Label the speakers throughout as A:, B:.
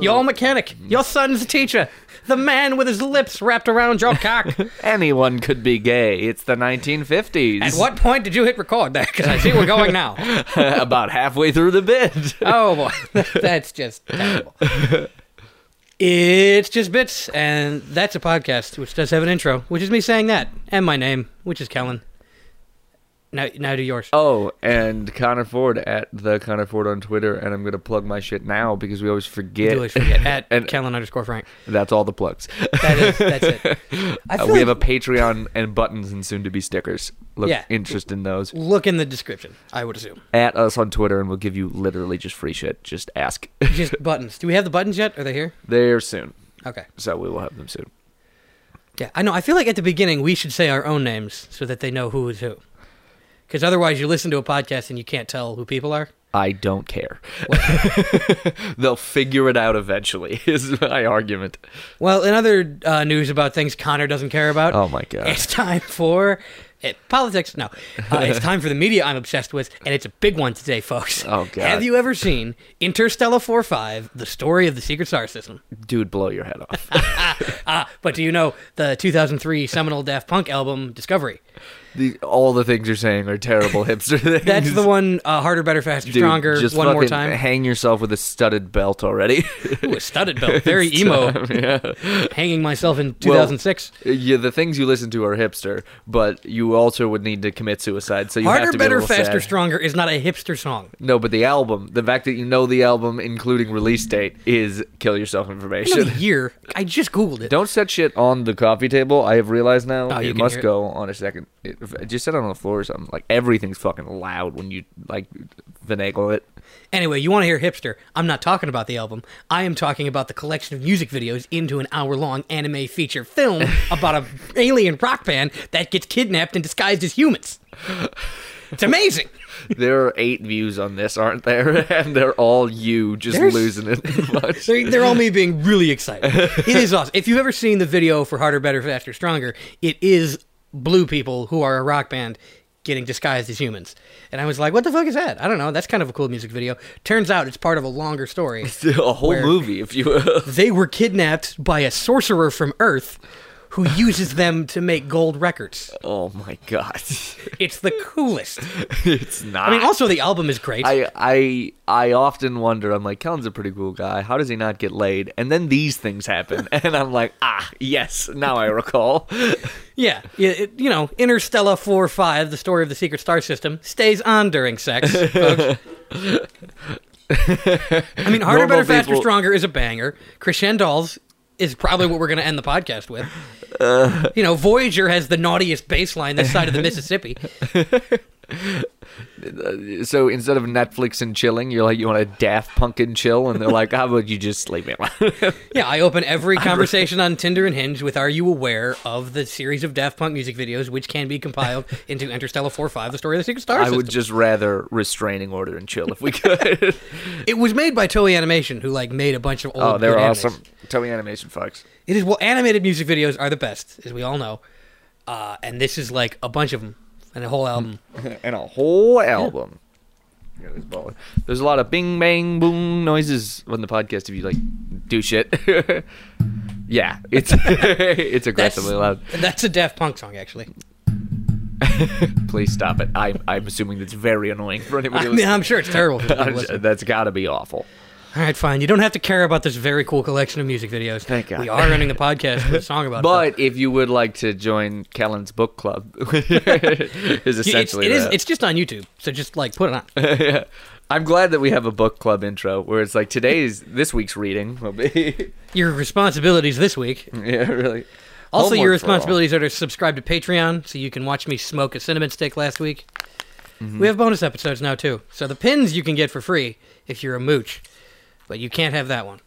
A: Your mechanic. Your son's teacher. The man with his lips wrapped around your cock.
B: Anyone could be gay. It's the 1950s.
A: At what point did you hit record there? Because I see we're going now.
B: About halfway through the bit.
A: Oh boy, that's just terrible. It's just bits, and that's a podcast which does have an intro, which is me saying that, and my name, which is Kellen. Now, now do yours.
B: Oh, and Connor Ford at the Connor Ford on Twitter, and I'm gonna plug my shit now because we always forget.
A: Do always forget at
B: and-
A: Kellen underscore Frank.
B: That's all the plugs.
A: That is that's it. I
B: Uh,
A: feel
B: we have a
A: like-
B: Patreon and buttons and soon to be stickers. Look,
A: Yeah.
B: interest in those.
A: look in the description. I would assume
B: At us on Twitter, and we'll give you literally just free shit. Just ask.
A: just buttons. Do we have the buttons yet? Are they here?
B: They're soon,
A: Okay.
B: so we will have them soon.
A: Yeah, I know. I feel like at the beginning we should say our own names so that they know who is who. Because otherwise, you listen to a podcast and you can't tell who people are.
B: I don't care. They'll figure it out eventually. Is my argument.
A: Well, in other uh, news about things Connor doesn't care about,
B: Oh my god.
A: it's time for eh, politics. No, uh, it's time for the media I'm obsessed with, and it's a big one today, folks.
B: Oh, God.
A: Have you ever seen Interstellar 4 5, the story of the secret star system?
B: Dude, blow your head off.
A: Ah, but do you know the 2003 seminal Daft Punk album, Discovery?
B: the, all the things you're saying are terrible hipster things.
A: That's the one, uh, Harder, Better, Faster,
B: Dude,
A: Stronger,
B: just
A: one more
B: fucking
A: time.
B: Hang yourself with a studded belt already.
A: Ooh, a studded belt. Very emo. Hanging myself in 2006.
B: yeah, the things you listen to are hipster, but you also would need to commit suicide. So you have
A: Harder,
B: to be a
A: Better,
B: little
A: Faster,
B: sad.
A: Stronger is not a hipster song.
B: No, but the album, the fact that you know the album, including release date, is kill yourself
A: I know
B: information.
A: the year. I just Googled it.
B: Don't set shit on the coffee table. I have realized now
A: Oh, you
B: it
A: can hear
B: must
A: it.
B: go on a second. It, if- just set it on the floor or something. Like everything's fucking loud when you like finagle it.
A: Anyway, you want to hear hipster. I'm not talking about the album. I am talking about the collection of music videos into an hour long anime feature film about an alien rock band that gets kidnapped and disguised as humans. It's amazing.
B: There are eight views on this, aren't there? And they're all you just
A: There's-
B: losing it. much.
A: They're, they're all me being really excited. It is awesome. If you've ever seen the video for Harder, Better, Faster, Stronger, it is blue people who are a rock band getting disguised as humans. And I was like, what the fuck is that? I don't know. That's kind of a cool music video. Turns out it's part of a longer story.
B: a whole movie, if you will.
A: they were kidnapped by a sorcerer from Earth who uses them to make gold records.
B: Oh my god,
A: It's the coolest.
B: it's not.
A: I mean, also, the album is great.
B: I I I often wonder. I'm like, Kellen's a pretty cool guy. How does he not get laid? And then these things happen, and I'm like, ah, yes, now I recall.
A: yeah. yeah it, you know, Interstellar 4 5, the story of the secret star system, stays on during sex, folks. I mean, Harder,
B: Normal
A: Better, Faster,
B: people-
A: Stronger is a banger. Crescendos is probably what we're going to end the podcast with.
B: Uh.
A: you know, Voyager has the naughtiest bass line this side of the Mississippi.
B: so instead of Netflix and chilling, you're like, you want a Daft Punk and chill, and they're like, how about you just leave me alone?
A: Yeah, I open every conversation on Tinder and Hinge with "Are you aware of the series of Daft Punk music videos, which can be compiled into Interstellar 4-5, the story of the secret star
B: I
A: system?"
B: would just rather restraining order and chill if we could.
A: It was made by Toei Animation, who like made a bunch of old.
B: oh,
A: good
B: they're
A: animes.
B: awesome. Toei Animation fucks.
A: It is well, animated music videos are the best, as we all know, uh, and this is like a bunch of them and a whole album.
B: and a whole album. Yeah, it was baller. There's a lot of bing bang boom noises on the podcast if you like do shit. yeah, it's it's
A: That's
B: aggressively loud.
A: That's a Daft Punk song, actually.
B: Please stop it. I'm I'm assuming that's very annoying for anybody.
A: I mean, I'm sure it's terrible. For people to
B: listening.
A: listen.
B: that's got to be awful.
A: all right, fine. You don't have to care about this very cool collection of music videos.
B: Thank God.
A: We are running the podcast with a song about. it, though.
B: But if you would like to join Kellen's book club, is
A: Y- it's,
B: essentially
A: it is.
B: that.
A: It's just on YouTube, so just like put it on.
B: I'm glad that we have a book club intro where it's like today's this week's reading will be
A: your responsibilities this week.
B: yeah really.
A: Also, your
B: Homework for all.
A: responsibilities are to subscribe to Patreon so you can watch me smoke a cinnamon stick last week.
B: Mm-hmm.
A: We have bonus episodes now, too. So the pins you can get for free if you're a mooch, but you can't have that one.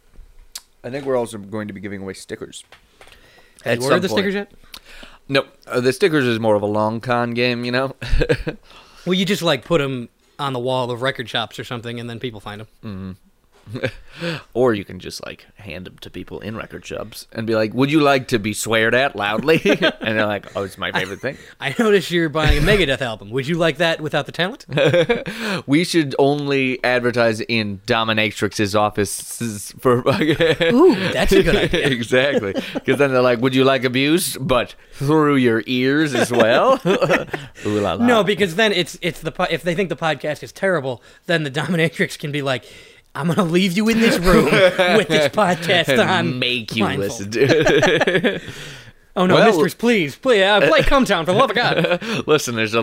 B: I think we're also going to be giving away stickers.
A: Have
B: At
A: you ordered
B: some
A: the stickers
B: point.
A: yet?
B: No, uh, the stickers is more of a long con game, you know.
A: Well, you just like put them on the wall of record shops or something, and then people find them.
B: or you can just like hand them to people in record shops and be like, "Would you like to be sweared at loudly?" and they're like, "Oh, it's my favorite thing."
A: I noticed you're buying a Megadeth album. Would you like that without the talent?
B: We should only advertise in Dominatrix's offices for.
A: Ooh, that's a good idea.
B: exactly, because then they're like, "Would you like abuse?" But through your ears as well. Ooh la la.
A: No, because then it's it's the po- if they think the podcast is terrible, then the dominatrix can be like, "I'm gonna leave you in this room with this podcast on."
B: make you
A: blindfold."
B: listen to
A: Oh no,
B: Well-
A: Mistress, please, please, uh, play Come Town for the love of God. That-
B: it. listeners are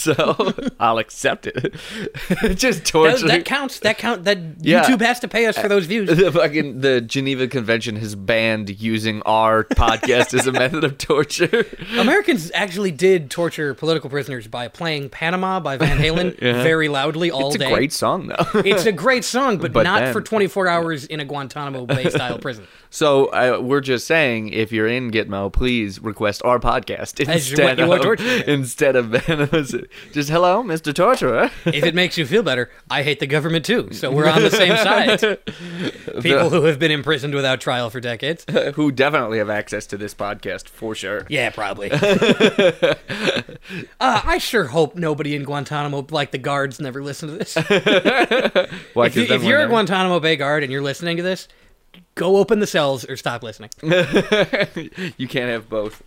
B: so I'll accept it. just
A: That,
B: torture.
A: counts. That count. That
B: Yeah.
A: YouTube has to pay us for those views.
B: the fucking the Geneva Convention has banned using our podcast as a method of torture.
A: Americans actually did torture political prisoners by playing Panama by Van Halen very loudly all
B: It's
A: day.
B: a great song though.
A: it's a great song, but,
B: But
A: not
B: then-
A: for 24 hours in a Guantanamo Bay style prison.
B: So uh, we're just saying, if you're in Gitmo, please request our podcast
A: As you-
B: instead
A: you are
B: of
A: tortured.
B: instead of venomous. Just hello, Mr. Torturer.
A: if it makes you feel better, I hate the government too. So we're on the same side. People who have been imprisoned without trial for decades.
B: who definitely have access to this podcast for sure.
A: Yeah, probably. uh, I sure hope nobody in Guantanamo, like the guards, never listen to this. If,
B: Why,
A: you, if you're a Guantanamo Bay guard and you're listening to this, go open the cells or stop listening.
B: you can't have both.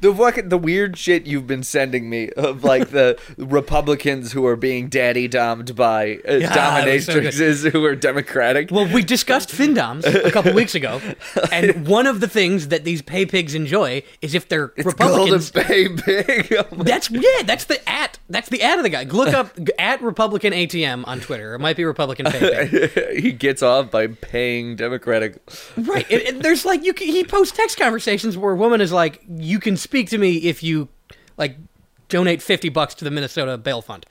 B: The fucking, the weird shit you've been sending me of like the Republicans who are being daddy domed by uh,
A: Yeah, that's so good.
B: dominatrixes who are Democratic.
A: Well, we discussed findoms a couple weeks ago, and one of the things that these pay pigs enjoy is if they're
B: Golden
A: Republicans.
B: Bay Big. Oh my-
A: That's yeah. That's the at. That's the ad of the guy. Look up g- at Republican ATM on Twitter. It might be Republican pay pig.
B: he gets off by paying Democratic.
A: right. It, it- there's like you. Can, he posts text conversations where a woman is like, "You can speak to me if you, like, donate fifty bucks to the Minnesota Bail Fund,"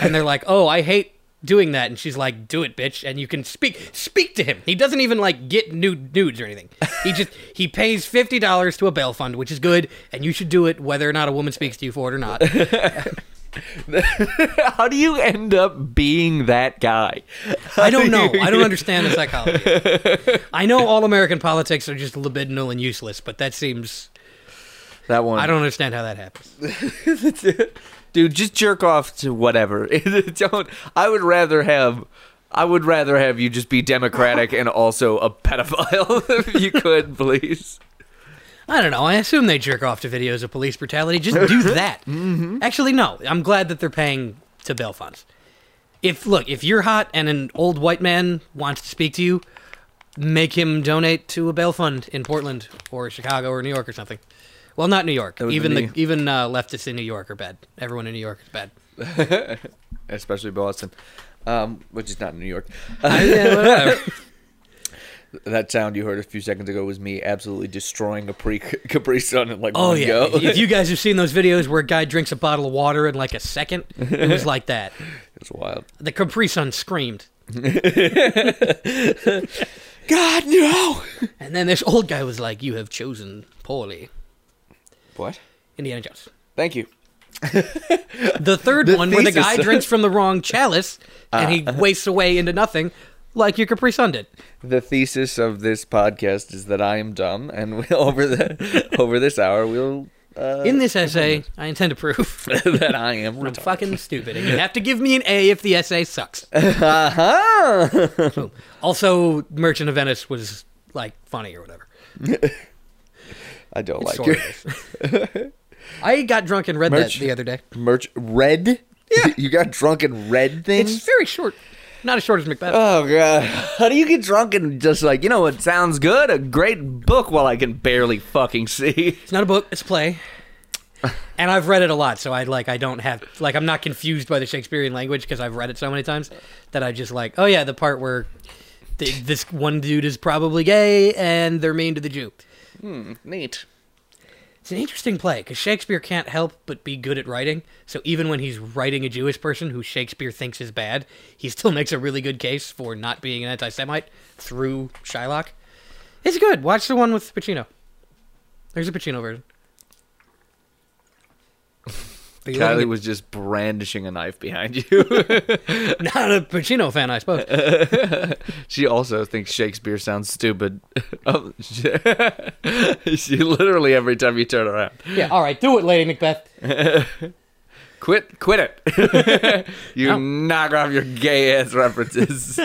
A: and they're like, "Oh, I hate." Doing that, and she's like, "Do it, bitch!" And you can speak speak to him. He doesn't even like get nude nudes or anything. He just he pays fifty dollars to a bail fund, which is good, and you should do it whether or not a woman speaks to you for it or not.
B: How do you end up being that guy?
A: I don't know. I don't understand the psychology. I know all American politics are just libidinal and useless, but that seems
B: That one.
A: I don't understand how that happens.
B: Dude, just jerk off to whatever. don't. I would rather have. I would rather have you just be Democratic and also a pedophile if you could, please.
A: I don't know. I assume they jerk off to videos of police brutality. Just do that. Actually, no. I'm glad that they're paying to bail funds. If look, if you're hot and an old white man wants to speak to you, make him donate to a bail fund in Portland or Chicago or New York or something. Well, not New York.
B: would
A: Even
B: be
A: the even uh, leftists in New York are bad. Everyone in New York is bad.
B: Especially Boston, um, which is not New York.
A: yeah, whatever.
B: that sound you heard a few seconds ago was me absolutely destroying a pre Capri Sun in like one
A: Oh yeah!
B: go.
A: if you guys have seen those videos where a guy drinks a bottle of water in like a second, it was like that.
B: it's wild.
A: The Capri Sun screamed,
B: God no.
A: and then this old guy was like, "You have chosen poorly."
B: What?
A: Indiana Jones.
B: Thank you.
A: The third one where the
B: thesis. Uh-huh.
A: guy drinks from the wrong chalice and he wastes away into nothing, like your Capri Sun did.
B: the thesis of this podcast is that I am dumb, and we, over the over this hour, we'll uh,
A: In this essay, I intend to prove
B: that I am
A: I'm
B: retarded.
A: fucking stupid, and you have to give me an A if the essay sucks.
B: Uh-huh.
A: Boom. Also, Merchant of Venice was like funny or whatever.
B: I don't like
A: Sort
B: your
A: of. I got drunk and read
B: Merch-
A: that the other day.
B: merch. Red? Yeah. You got drunk and read things.
A: It's very short. Not as short as Macbeth.
B: Oh god! How do you get drunk and just like you know what sounds good? A great book while I can barely fucking see.
A: it's not a book, it's a play. And I've read it a lot, so I like I don't have like I'm not confused by the Shakespearean language because I've read it so many times that I just like, oh yeah, the part where th- this one dude is probably gay and they're mean to the Jew.
B: Neat.
A: It's an interesting play because Shakespeare can't help but be good at writing. So even when he's writing a Jewish person who Shakespeare thinks is bad, he still makes a really good case for not being an anti-Semite through Shylock. It's good. Watch the one with Pacino. There's a Pacino version. Are you
B: Kylie
A: looking
B: was just brandishing a knife behind you.
A: at- not a Pacino fan, I suppose.
B: she also thinks Shakespeare sounds stupid. Oh, she, she literally every time you turn around,
A: yeah, all right, do it, Lady Macbeth.
B: quit, quit it. you
A: No.
B: knock off your gay ass references.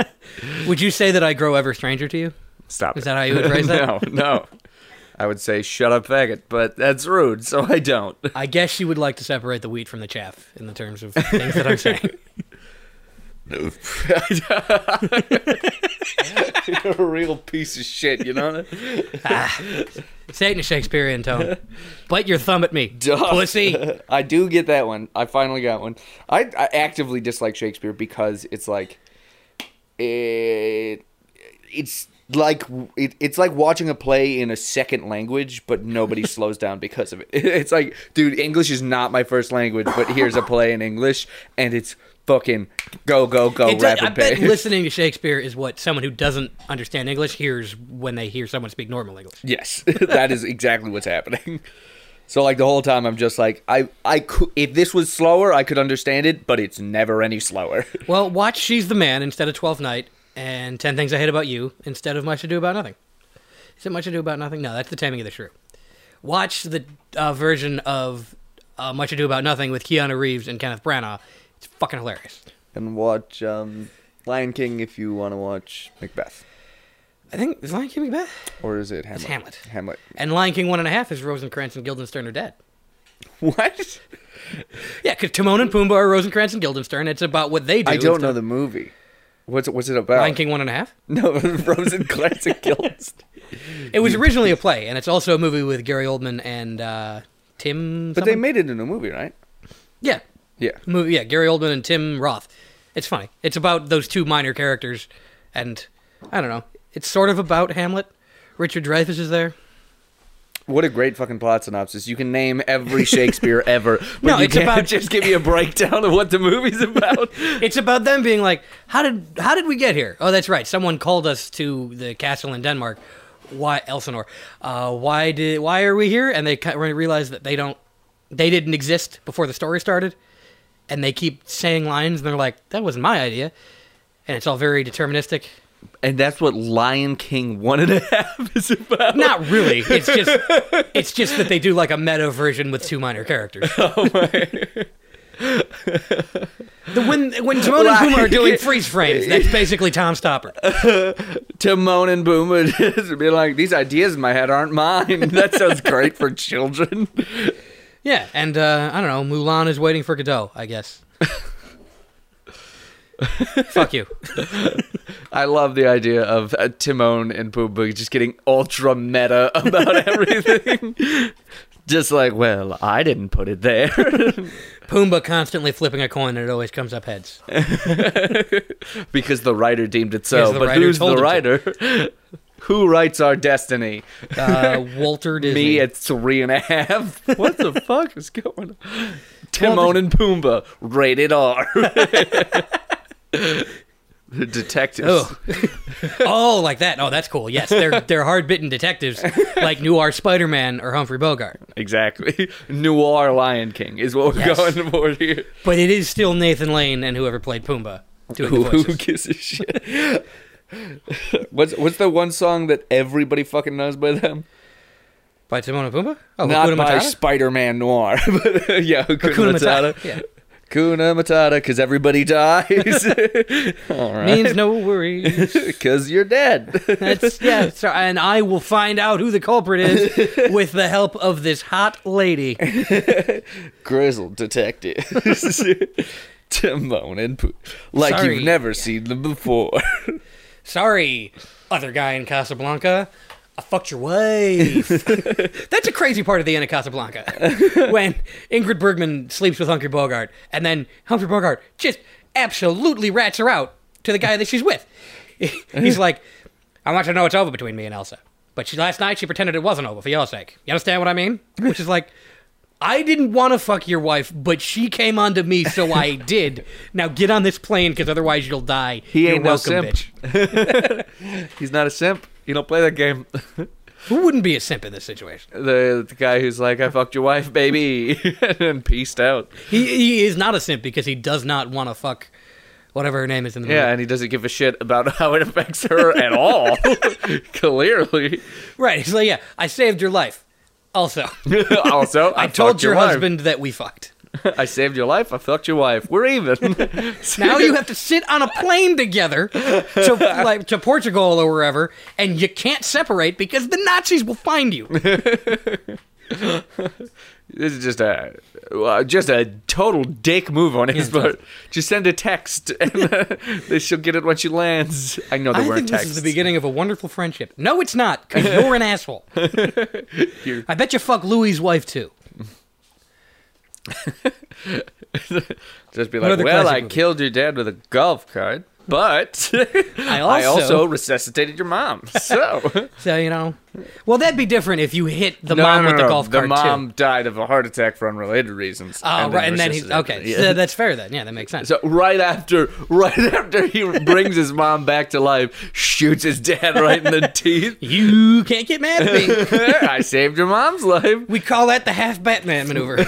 A: Would you say that I grow ever stranger to you?
B: Stop.
A: Is
B: it.
A: that how you would phrase that?
B: no, no. I would say shut up, faggot, but that's rude, so I don't.
A: I guess you would like to separate the wheat from the chaff in the terms of things that I'm saying.
B: You're a real piece of shit, you know.
A: Say it in a Shakespearean tone. Bite your thumb at me,
B: Duh.
A: pussy.
B: I do get that one. I finally got one. I, I actively dislike Shakespeare because it's like it, it's like it, it's like watching a play in a second language, but nobody slows down because of it. It's like, dude, English is not my first language, but here's a play in English, and it's fucking go go go
A: It does,
B: rapid
A: I bet
B: pace.
A: listening to Shakespeare is what someone who doesn't understand English hears when they hear someone speak normal English.
B: Yes, that is exactly what's happening. So like the whole time, I'm just like, I I could if this was slower, I could understand it, but it's never any slower.
A: Well, watch She's the Man instead of Twelfth Night and Ten Things I Hate About You instead of Much Ado About Nothing. Is it Much Ado About Nothing? No, that's The Taming of the Shrew. Watch the uh, version of uh, Much Ado About Nothing with Keanu Reeves and Kenneth Branagh. It's fucking hilarious.
B: And watch um, Lion King if you want to watch Macbeth,
A: I think, is Lion King Macbeth?
B: or is it Hamlet?
A: Hamlet.
B: Hamlet.
A: And Lion King One and a Half is Rosencrantz and Guildenstern are dead.
B: What?
A: Yeah, because Timon and Pumbaa are Rosencrantz and Guildenstern. It's about what they do.
B: I don't
A: instead
B: know
A: of
B: the movie. What's it, what's it about?
A: Lion King One and a Half.
B: No, Rosencrantz and Guildenstern.
A: It was originally a play, and it's also a movie with Gary Oldman and uh, Tim.
B: But they
A: something?
B: made it into a movie, right?
A: yeah,
B: Yeah.
A: movie. Yeah, Gary Oldman and Tim Roth. It's funny. It's about those two minor characters, and I don't know. It's sort of about Hamlet. Richard Dreyfuss is there.
B: What a great fucking plot synopsis. You can name every Shakespeare ever. But
A: No,
B: you
A: it's
B: can't
A: about-
B: just give me a breakdown of what the movie's about.
A: It's about them being like, how did how did we get here? Oh, that's right. Someone called us to the castle in Denmark. Why Elsinore? Uh, why did why are we here? And they kind of realize that they don't they didn't exist before the story started, and they keep saying lines and they're like, that wasn't my idea, and it's all very deterministic.
B: And that's what Lion King One and a Half is about.
A: Not really. It's just it's just that they do like a meta version with two minor characters. The, when when Timon and Pumbaa are doing freeze frames, that's basically Tom Stopper.
B: Timon and Pumbaa just be like, these ideas in my head aren't mine. That sounds great for children.
A: Yeah, and uh, I don't know. Mulan is waiting for Godot, I guess. Fuck you.
B: I love the idea of uh, Timon and Pumbaa just getting ultra meta about everything. just like, well, I didn't put it there.
A: Pumbaa constantly flipping a coin and it always comes up heads.
B: because the writer deemed it
A: Because
B: so.
A: the
B: But
A: writer
B: who's the
A: told
B: writer? Who writes our destiny?
A: Uh, Walter Disney.
B: Me at three and a half. What the fuck is going on? Timon and Pumbaa, rated R. the detectives.
A: Oh. oh, like that. Oh, that's cool. Yes, they're they're hard bitten detectives like Noir Spider Man or Humphrey Bogart.
B: Exactly. Noir Lion King is what we're
A: Yes.
B: going for here.
A: But it is still Nathan Lane and whoever played Pumbaa doing the
B: Who, who
A: voices.
B: gives a shit? what's what's the one song that everybody fucking knows by them?
A: By Timon and Pumbaa? Oh,
B: Not
A: Hakuna
B: by
A: Matata?
B: Spider-Man Noir. but, uh, yeah, Hakuna,
A: Hakuna
B: Matata.
A: Matata, yeah.
B: Hakuna Matata, because everybody dies. All right.
A: Means no worries.
B: Because you're dead.
A: That's, yeah, so, and I will find out who the culprit is with the help of this hot lady.
B: Grizzle detective. Timon and Pooh. Like
A: Sorry.
B: you've never seen them before.
A: Sorry, other guy in Casablanca. I fucked your wife. That's a crazy part of the end of Casablanca. when Ingrid Bergman sleeps with Humphrey Bogart, and then Humphrey Bogart just absolutely rats her out to the guy that she's with. He's like, I want you to know it's over between me and Elsa. But she, last night she pretended it wasn't over for your sake. You understand what I mean? Which is like, I didn't want to fuck your wife, but she came onto me, so I did. Now get on this plane, because otherwise you'll die.
B: He
A: You're
B: ain't no
A: welcome,
B: simp.
A: bitch.
B: He's not a simp. You don't play that game.
A: Who wouldn't be a simp in this situation?
B: The, the guy who's like, I fucked your wife, baby, and peaced out.
A: He, he is not a simp because he does not want to fuck whatever her name is in the movie.
B: Yeah, and he doesn't give a shit about how it affects her at all. Clearly.
A: Right. He's like, yeah, I saved your life. Also,
B: also, I,
A: I told
B: fucked
A: your
B: wife.
A: husband that we fucked.
B: I saved your life. I fucked your wife. We're even.
A: Now you have to sit on a plane together to like to Portugal or wherever, and you can't separate because the Nazis will find you.
B: This is just a uh, just a total dick move on his
A: Yeah, it
B: part. Just send a text, and uh, they- she'll get it when she lands. I know they
A: I
B: weren't
A: think
B: texts.
A: this is the beginning of a wonderful friendship. No, it's not, because you're an asshole. I bet you fuck Louis's wife too.
B: just be like,
A: other
B: well,
A: classic
B: I
A: movie?
B: killed your dad with a golf cart, but I
A: also-
B: resuscitated your mom. So
A: So you know, well that'd be different if you hit the
B: No,
A: mom
B: no,
A: with
B: no,
A: the
B: no.
A: golf cart
B: The mom
A: too.
B: died of a heart attack for unrelated reasons.
A: Oh, right, and then he
B: resuscitated.
A: okay.
B: Yeah.
A: So that's fair then. Yeah, that makes sense.
B: So right after, right after he brings his mom back to life, shoots his dad right in the teeth.
A: you can't get mad at me.
B: I saved your mom's life.
A: We call that the half Batman maneuver.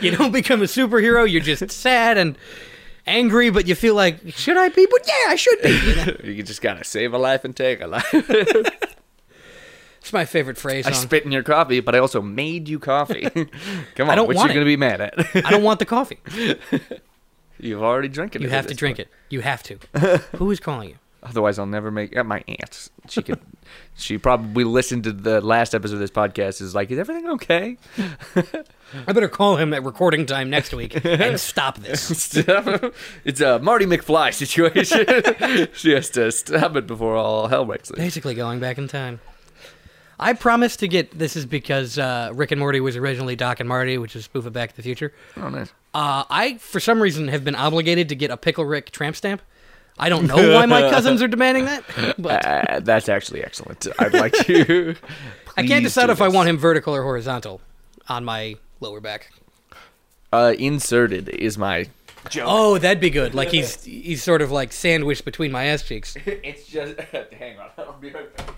A: you don't become a superhero. You're just sad and angry, but you feel like should I be? But yeah, I should be. you know?
B: You just gotta save a life and take a life.
A: It's my favorite phrase.
B: I
A: song.
B: spit in your coffee, but I also made you coffee. Come on,
A: don't
B: what
A: want
B: you
A: it.
B: gonna be mad at?
A: I don't want the coffee.
B: You've already drinking.
A: You
B: it
A: have
B: at
A: to
B: this
A: drink it. You have to. Who is calling you?
B: point. Otherwise, I'll never make. Uh, my aunt, she could. she probably listened to the last episode of this podcast. Is like, is everything okay?
A: I better call him at recording time next week and stop this.
B: it's a Marty McFly situation. she has to stop it before all hell breaks loose.
A: Basically, going back in time. I promised to get this is because uh, Rick and Morty was originally Doc and Marty, which is a spoof of Back to the Future.
B: Oh, nice.
A: Uh, I, for some reason, have been obligated to get a Pickle Rick tramp stamp. I don't know why my cousins are demanding that, but
B: Uh, that's actually excellent. I'd like you.
A: I can't decide if I want him vertical or horizontal on my lower back.
B: Uh, inserted is my.
A: Oh, that'd be good. Like he's he's sort of like sandwiched between my ass cheeks.
B: It's just. Hang on. I'll be right back.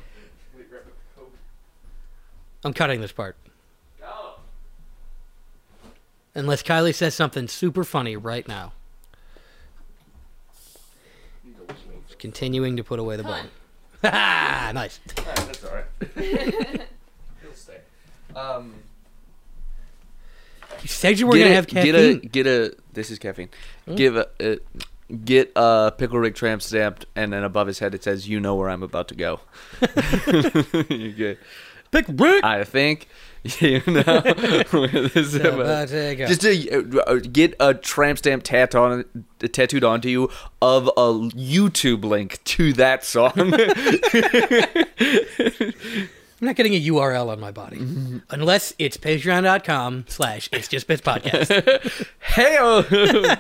A: I'm cutting this part.
B: Oh,
A: Unless Kylie says something super funny right now. Continuing to put away the bone. Ha! nice.
B: That's all right. He'll stay. Um,
A: You said you were gonna have caffeine.
B: Get a, get a. This is caffeine. Give a. Uh, Get a pickle Rick tramp stamped, and then above his head it says, "You know where I'm about to go." you get,
A: Pick Rick.
B: I think you know. where this is about- Just a, uh, get a tramp stamp tat on, uh, tattooed onto you of a YouTube link to that song.
A: I'm not getting a URL on my body. Unless it's patreon.com slash it's just bits podcast.
B: hey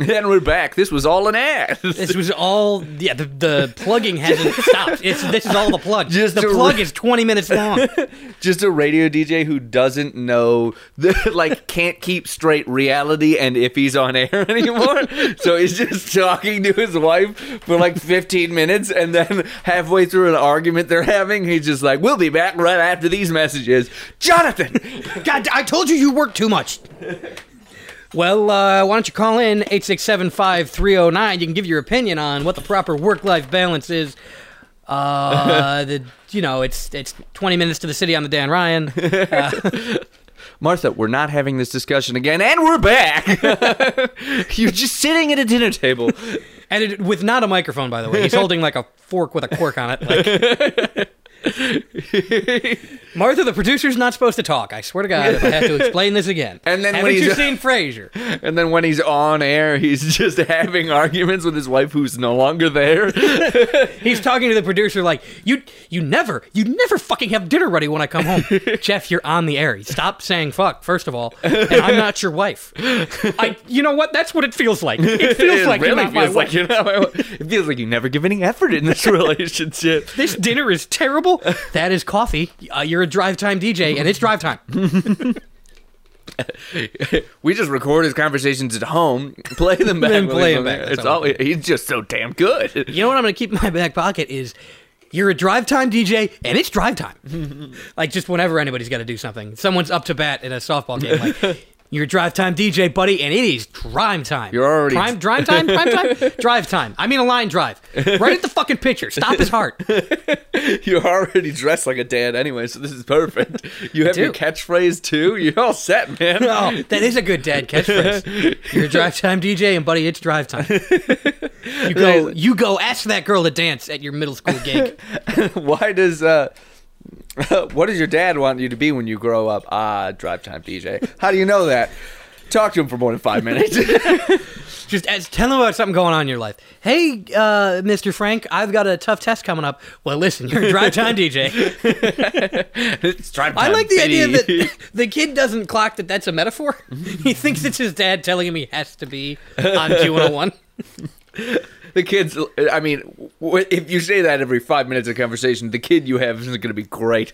B: and we're back this was all an ad
A: this was all yeah, the, the plugging hasn't stopped. It's this is all the plug.
B: Just
A: the
B: to
A: plug
B: re-
A: is twenty minutes long.
B: just a radio dj who doesn't know like can't keep straight reality and if he's on air anymore so he's just talking to his wife for like 15 minutes and then halfway through an argument they're having he's just like we'll be back right after these messages jonathan
A: God, I told you you work too much. Well, uh, why don't you call in 867 5309? You can give your opinion on what the proper work life balance is. Uh, the, you know, it's it's 20 minutes to the city on the Dan Ryan.
B: martha we're not having this discussion again and we're back you're just sitting at a dinner table
A: And it, with not a microphone, by the way. He's holding like a fork with a cork on it. Like. Martha, the producer's not supposed to talk. I swear to God, if I have to explain this again.
B: And then when
A: Haven't you
B: he's-
A: seen Frasier?
B: And then when he's on air, he's just having arguments with his wife who's no longer there.
A: He's talking to the producer like, "You, you never, you never fucking have dinner ready when I come home." Jeff, you're on the air. Stop saying fuck, first of all, and I'm not your wife. I, you know what? That's what it feels like. It feels
B: It
A: like you're
B: really
A: not my
B: feels like
A: wife.
B: you're not my wife. It feels like you never give any effort in this relationship.
A: This dinner is terrible. That is coffee. Uh, you're a drive time DJ, and it's drive time.
B: We just record his conversations at home, play them back.
A: Then
B: when
A: play
B: he's
A: them
B: on
A: back.
B: air.
A: That's
B: It's
A: all
B: all, he's just so damn good.
A: You know what I'm going to keep in my back pocket is You're a drive time DJ, and it's drive time. like just whenever anybody's got to do something, someone's up to bat in a softball game. Like you're a drive time DJ, buddy, and it is drive time.
B: You're already-
A: prime drive time, prime time, drive time. I mean a line drive, right at the fucking pitcher. Stop his heart.
B: You're already dressed like a dad anyway, so this is perfect. You have
A: do.
B: your catchphrase too. You're all set, man.
A: Oh, that is a good dad catchphrase. You're a drive time DJ, and buddy, it's drive time. You go, you go. Ask that girl to dance at your middle school gig.
B: Why does uh what does your dad want you to be when you grow up? Ah, drive time DJ. How do you know that? Talk to him for more than five minutes.
A: Just as, tell them about something going on in your life. Hey, uh, Mr. Frank, I've got a tough test coming up. Well, listen, you're a drive time DJ.
B: it's drive
A: I
B: time,
A: like the idea
B: baby.
A: that the kid doesn't clock that that's a metaphor. He thinks it's his dad telling him he has to be on Q101.
B: the kids. I mean, w- if you say that every five minutes of conversation, the kid you have isn't going to be great.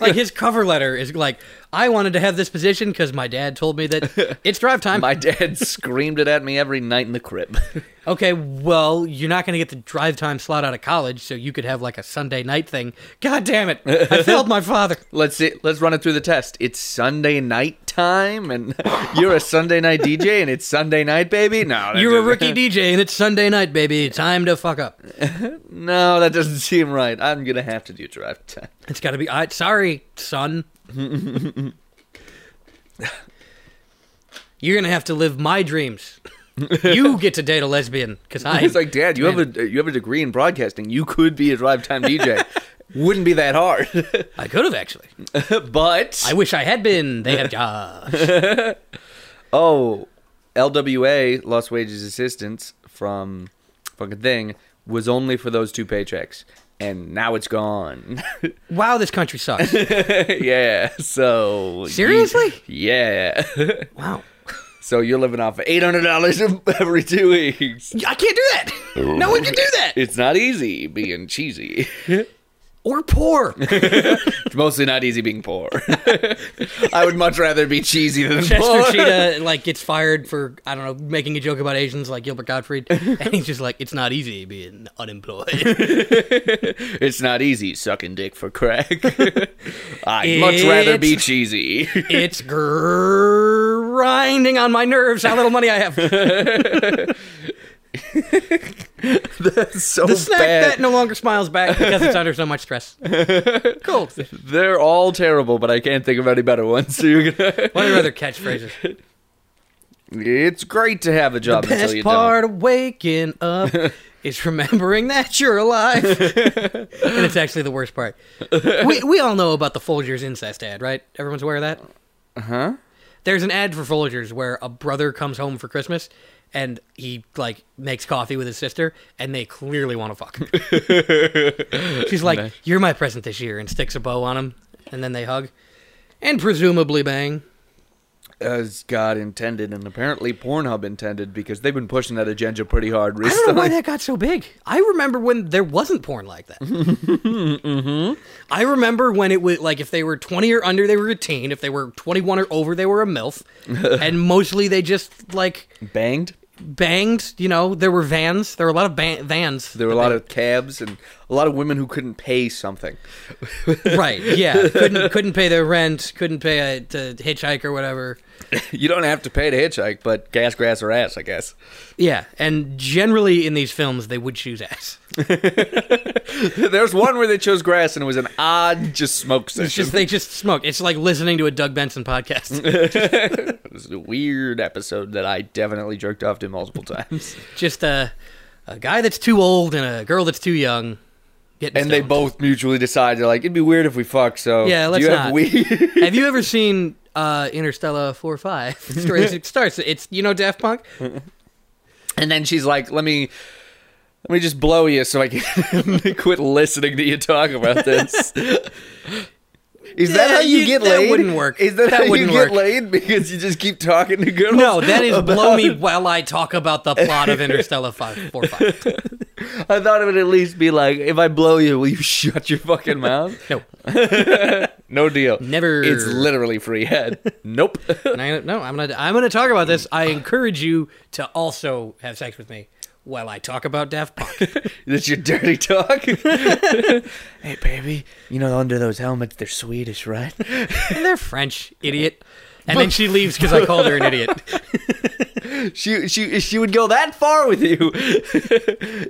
A: Like his cover letter is like, I wanted to have this position because my dad told me that it's drive time.
B: My dad screamed it at me every night in the crib.
A: Okay, well, you're not going to get the drive time slot out of college, so you could have like a Sunday night thing. God damn it. I failed my father.
B: let's see, let's run it through the test. It's Sunday night time, and you're a Sunday night DJ, and it's Sunday night, baby. No, that
A: You're a
B: doesn't-
A: rookie DJ and it's Sunday night, baby. Time to fuck up.
B: No, that doesn't seem right. I'm gonna have to do drive time.
A: It's got to be. I, sorry, son. you're going to have to live my dreams. You get to date a lesbian because I.
B: It's like, Dad, you have a you have a degree in broadcasting. You could be a drive time DJ. Wouldn't be that hard.
A: I could have actually.
B: but
A: I wish I had been. They have jobs.
B: oh, LWA lost wages assistance from fucking thing was only for those two paychecks, and now it's gone.
A: Wow, this country sucks.
B: yeah. So
A: Seriously?
B: yeah.
A: Wow.
B: so you're living off eight hundred dollars every two weeks.
A: I can't do that. No one can do that.
B: It's not easy being cheesy.
A: Or poor.
B: It's mostly not easy being poor. I would much rather be cheesy than
A: Chester
B: poor.
A: Cheetah like gets fired for I don't know making a joke about Asians like Gilbert Gottfried, and he's just like it's not easy being unemployed.
B: It's not easy sucking dick for crack. I'd much rather be cheesy.
A: it's grinding on my nerves how little money I have. The
B: That's so
A: snack
B: bad.
A: that no longer smiles back because it's under so much stress. Cool. What
B: They're all terrible, but I can't think of any better ones. So you're gonna...
A: are your other catchphrases?
B: It's great to have a job until
A: Best
B: you
A: part of waking up is remembering that you're alive, and it's actually the worst part. We we all know about the Folgers incest ad, right? Everyone's aware of that.
B: don't. Huh?
A: there's an ad for Folgers where a brother comes home for Christmas and he like makes coffee with his sister and they clearly want to fuck. She's like, "You're my present this year," and sticks a bow on him, and then they hug and presumably bang.
B: As God intended, and apparently Pornhub intended, because they've been pushing that agenda pretty hard
A: I don't know why
B: recently.
A: that got so big. I remember when there wasn't porn like that. mm-hmm. I remember when it was like if they were 20 or under, they were a teen. If they were 21 or over, they were a MILF. and mostly they just like
B: Banged.
A: banged. You know, there were vans. There were a lot of ba- vans.
B: There were a lot of cabs and a lot of women who couldn't pay something.
A: right. Yeah, couldn't couldn't pay their rent. Couldn't pay a, to hitchhike or whatever.
B: You don't have to pay to hitchhike, but gas, grass, or ass, I guess.
A: Yeah, and generally in these films they would choose ass.
B: There's one where they chose grass and it was an odd just smoke
A: It's
B: session.
A: just they just smoke. It's like listening to a Doug Benson podcast.
B: It was a weird episode that I definitely jerked off to multiple times.
A: just a a guy that's too old and a girl that's too young. Getting
B: And they
A: stoned.
B: both mutually decided, like, it'd be weird if we fuck, so
A: Yeah, let's
B: do you
A: not.
B: have weed?
A: Have you ever seen uh, Interstellar four five? Story as it starts. It's you know Daft Punk.
B: and then she's like, let me let me just blow you so I can quit listening to you talk about this. Is that
A: Yeah,
B: how you,
A: you-
B: get
A: that
B: laid?
A: wouldn't work.
B: Is that,
A: That
B: how you
A: wouldn't
B: get
A: work.
B: laid? Because you just keep talking to girls?
A: No, that is blow me while I talk about the plot of Interstellar five four five.
B: I thought it would at least be like, if I blow you, will you shut your fucking mouth?
A: No,
B: No deal.
A: Never.
B: It's literally free head. nope.
A: And I- no, I'm gonna I'm gonna talk about this. I encourage you to also have sex with me while I talk about Daft Punk.
B: That's your dirty talk. hey, baby, you know under those helmets they're Swedish, right?
A: And they're French, idiot. And then she leaves because I called her an idiot.
B: she she she would go that far with you.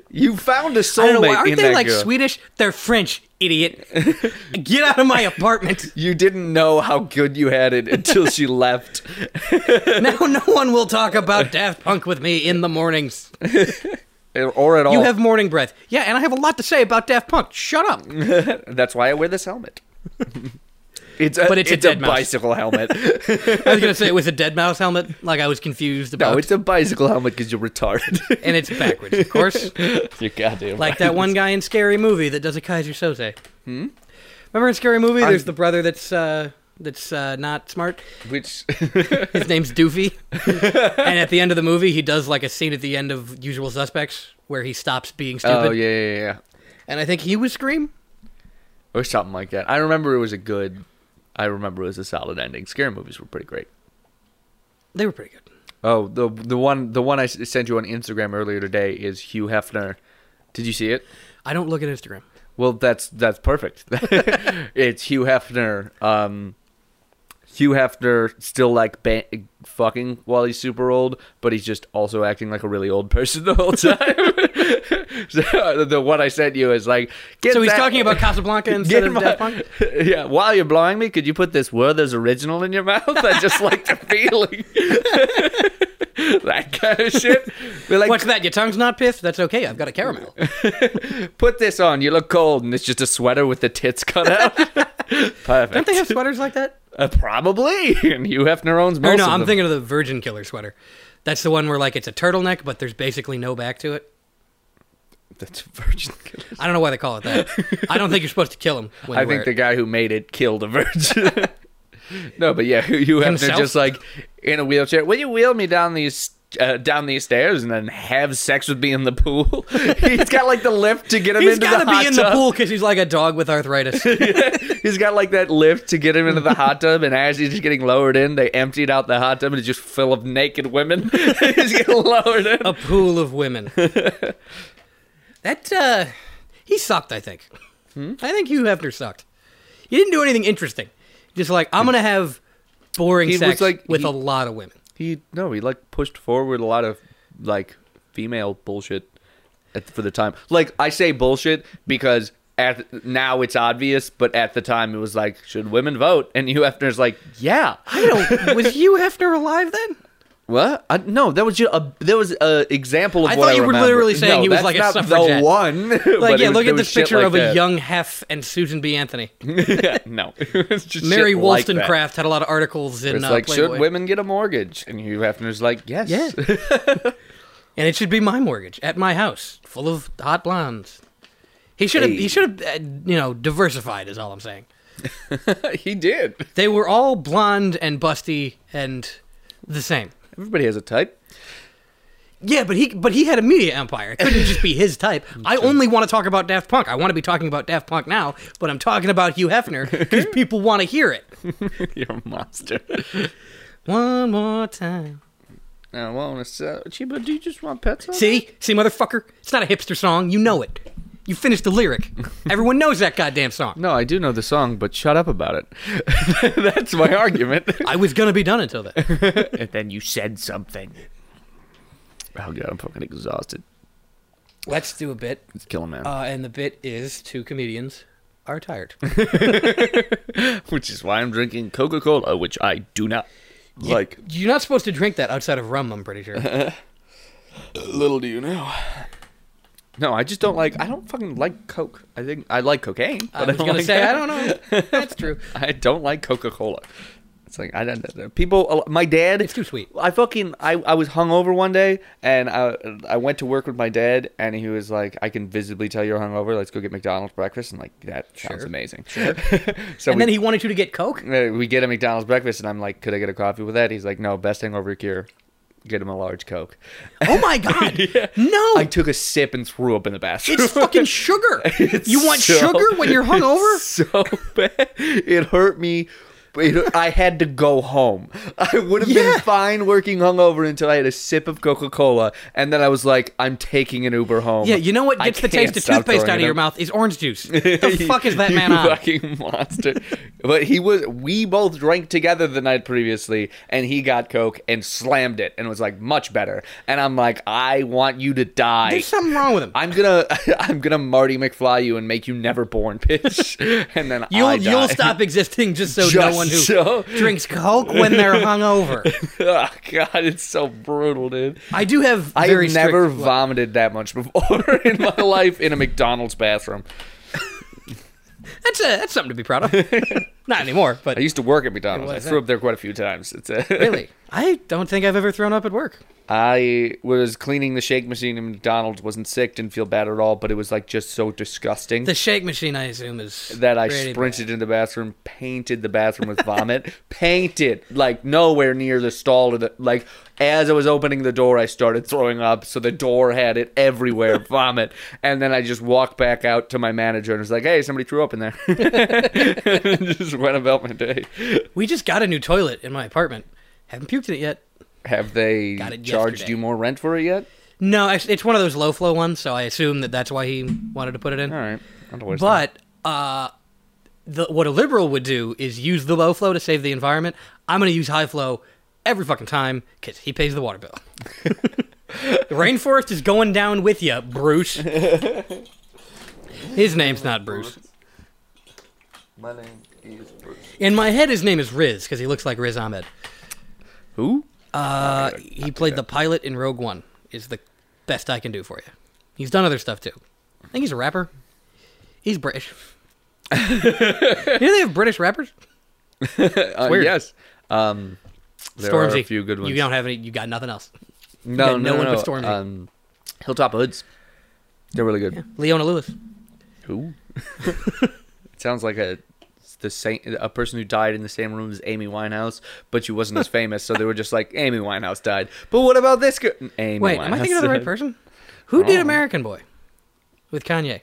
B: you found a
A: I don't know why.
B: soulmate
A: Aren't
B: in
A: they
B: that
A: like
B: girl.
A: Swedish? They're French, idiot. Get out of my apartment.
B: you didn't know how good you had it until she left.
A: Now no one will talk about Daft Punk with me in the mornings.
B: Or at all.
A: You have morning breath. Yeah, and I have a lot to say about Daft Punk. Shut up.
B: That's why I wear this helmet. It's a,
A: But it's a dead mouse.
B: bicycle helmet.
A: I was gonna say it was a dead mouse helmet. Like I was confused about,
B: no, it's a bicycle helmet because you're retarded.
A: and it's backwards, of course.
B: you're goddamn
A: Like that one guy in Scary Movie that does a Kaiser Soze. Hmm? Remember in Scary Movie, there's the brother that's uh, that's uh, not smart.
B: Which
A: His name's Doofy, and at the end of the movie, he does like a scene at the end of Usual Suspects where he stops being stupid.
B: oh yeah yeah yeah
A: And I think he was Scream.
B: or something like that. I remember it was a good. I remember it was a solid ending. Scary movies were pretty great.
A: They were pretty good.
B: Oh, the the one the one I s- sent you on Instagram earlier today is Hugh Hefner. Did you see it?
A: I don't look at Instagram.
B: Well, that's that's perfect. it's Hugh Hefner. Um, Hugh Hefner still like ba- fucking while he's super old, but he's just also acting like a really old person the whole time. so the one I sent you is like, get
A: So he's
B: that-
A: talking about Casablanca instead
B: get
A: of
B: my-
A: Daft Punk.
B: Yeah, while you're blowing me, could you put this Werther's original in your mouth? I just like the feeling. that kind of shit. We're like,
A: What's that? Your tongue's not piffed? That's okay. I've got a caramel.
B: put this on. You look cold, and it's just a sweater with the tits cut out. Perfect.
A: Don't they have sweaters like that?
B: Uh, probably. And Hugh Hefner owns most
A: Or
B: of
A: no, I'm
B: them.
A: thinking of the Virgin Killer sweater. That's the one where like it's a turtleneck, but there's basically no back to it.
B: That's virgin killer.
A: I don't know why they call it that. I don't think you're supposed to kill him. When
B: I
A: you wear
B: think the
A: it.
B: guy who made it killed a virgin. no, but yeah, Hugh Hefner
A: Himself?
B: just like in a wheelchair. Will you wheel me down these? Uh, down these stairs and then have sex with me in the pool. He's got like the lift to get him
A: he's
B: into
A: got
B: the
A: to
B: hot
A: be in the
B: tub.
A: pool because he's like a dog with arthritis.
B: He's got like that lift to get him into the hot tub, and as he's just getting lowered in, they emptied out the hot tub and it's just full of naked women. he's getting lowered in.
A: a pool of women. that uh, he sucked. I think.
B: Hmm?
A: I think Hugh Hefner sucked. He didn't do anything interesting. Just like I'm gonna have boring
B: He was
A: sex
B: like-
A: with
B: he-
A: a lot of women.
B: He no, he like pushed forward a lot of like female bullshit at, for the time. Like I say bullshit because at now it's obvious, but at the time it was like, should women vote? And Hugh Hefner's like, yeah,
A: I don't. was Hugh Hefner alive then?
B: what? I, no, that was just a that was a example of
A: I
B: what
A: thought
B: I
A: you were
B: remember.
A: literally saying
B: No,
A: he was
B: that's
A: like a
B: not the
A: suffragette.
B: one. Like
A: Like yeah, look at this picture of a young Hef and Susan B. Anthony.
B: yeah, no, It was just
A: Mary
B: shit like that.
A: Wollstonecraft had a lot of articles in
B: It's
A: uh,
B: like,
A: Playboy.
B: should women get a mortgage? And Hugh Hefner's like, yes.
A: Yeah. and it should be my mortgage at my house, full of hot blondes. He should have.
B: Hey.
A: He should have. Uh, you know, diversified is all I'm saying.
B: he did.
A: They were all blonde and busty and the same.
B: Everybody has a type.
A: Yeah, but he but he had a media empire. It couldn't just be his type. I only want to talk about Daft Punk. I want to be talking about Daft Punk now, but I'm talking about Hugh Hefner because people want to hear it.
B: You're a monster.
A: One more time.
B: I want to sell. Chiba, do you just want pets? on
A: See? See, motherfucker? It's not a hipster song. You know it. You finished the lyric. Everyone knows that goddamn
B: it?
A: song.
B: No, I do know the song, but shut up about it. That's my argument.
A: I was going to be done until then.
B: and then you said something. Oh god, I'm fucking exhausted.
A: Let's do a bit.
B: It's killing man.
A: Uh, and the bit is two comedians are tired.
B: which is why I'm drinking Coca-Cola, which I do not like.
A: You're not supposed to drink that outside of rum, I'm pretty sure.
B: Little do you know. No, I just don't like. I don't fucking like Coke. I think I like cocaine.
A: I
B: But
A: was
B: don't
A: going to
B: like
A: say,
B: that.
A: I don't know. That's true.
B: I don't like Coca Cola. It's like I don't. People, my dad.
A: It's too sweet.
B: I fucking I, I was hungover one day and I I went to work with my dad and he was like, I can visibly tell you're hungover. Let's go get McDonald's breakfast. And like that sounds
A: Sure.
B: amazing. so
A: And
B: we,
A: then he wanted you to get Coke?
B: uh, we get a McDonald's breakfast and I'm like, could I get a coffee with that? He's like, no, best hangover cure. Get him a large Coke.
A: Oh my God.
B: I
A: No.
B: took a sip and threw up in the bathroom.
A: It's fucking sugar.
B: It's
A: you want
B: so-
A: sugar when you're hungover?
B: it's so bad. It hurt me But you know, I had to go home. I would have
A: Yeah.
B: been fine working hungover until I had a sip of Coca Cola, and then I was like, I'm taking an Uber home.
A: Yeah, you know what
B: I
A: gets the
B: can't
A: taste of
B: stop
A: toothpaste
B: throwing
A: out of
B: it
A: your
B: up.
A: mouth is orange juice. the fuck is that
B: You
A: man on?
B: Fucking monster. but he was. We both drank together the night previously, and he got coke and slammed it, and was like much better. And I'm like, I want you to die.
A: There's something wrong with him.
B: I'm gonna, I'm gonna Marty McFly you and make you never born, bitch. and then I
A: You'll
B: die.
A: you'll stop existing just so no
B: Just
A: one who
B: so-
A: drinks coke when they're hungover.
B: oh, God, it's so brutal, dude.
A: I do have
B: I
A: very
B: have never
A: strict,
B: vomited that much before in my life in a McDonald's bathroom.
A: That's a, that's something to be proud of. Not anymore, but
B: I used to work at McDonald's. I
A: is
B: threw up there quite a few times. It's a,
A: really, I don't think I've ever thrown up at work.
B: I was cleaning the shake machine in McDonald's. wasn't sick, didn't feel bad at all, but it was like just so disgusting
A: The shake machine, I assume, is
B: that I
A: pretty
B: sprinted in the bathroom, painted the bathroom with vomit, painted like nowhere near the stall to the like. As I was opening the door, I started throwing up, so the door had it everywhere, vomit. And then I just walked back out to my manager and was like, "Hey, somebody threw up in there." and just went about my day.
A: bad. We just got a new toilet in my apartment. Haven't puked in it yet.
B: Have they
A: Got it
B: charged
A: yesterday.
B: you more rent for it yet?
A: No, it's it's one of those low flow ones, so I assume that that's why he wanted to put it in.
B: All right, I'll always-
A: But uh, the, what a liberal would do is use the low flow to save the environment. I'm going to use high flow every fucking time because he pays the water bill. the rainforest is going down with you, Bruce. His name's not Bruce.
B: My name is Bruce.
A: In my head, his name is Riz because he looks like Riz Ahmed.
B: Who?
A: Uh, he played the pilot in Rogue One. Is the best I can do for you. He's done other stuff too. I think he's a rapper. He's British. you know they have British rappers.
B: Uh,
A: weird.
B: Yes. Um, there
A: Stormzy.
B: are a few good ones.
A: You don't have any. You got nothing else.
B: no,
A: got no one but Stormzy.
B: Um, Hilltop Hoods. They're really good.
A: Leona Lewis.
B: Who? it sounds like a the same a person who died in the same room as Amy Winehouse, but she wasn't as famous, so they were just like Amy Winehouse died. But what about this girl? Amy
A: Wait,
B: Winehouse.
A: am I thinking of the right person? Who did
B: Oh.
A: American Boy with Kanye?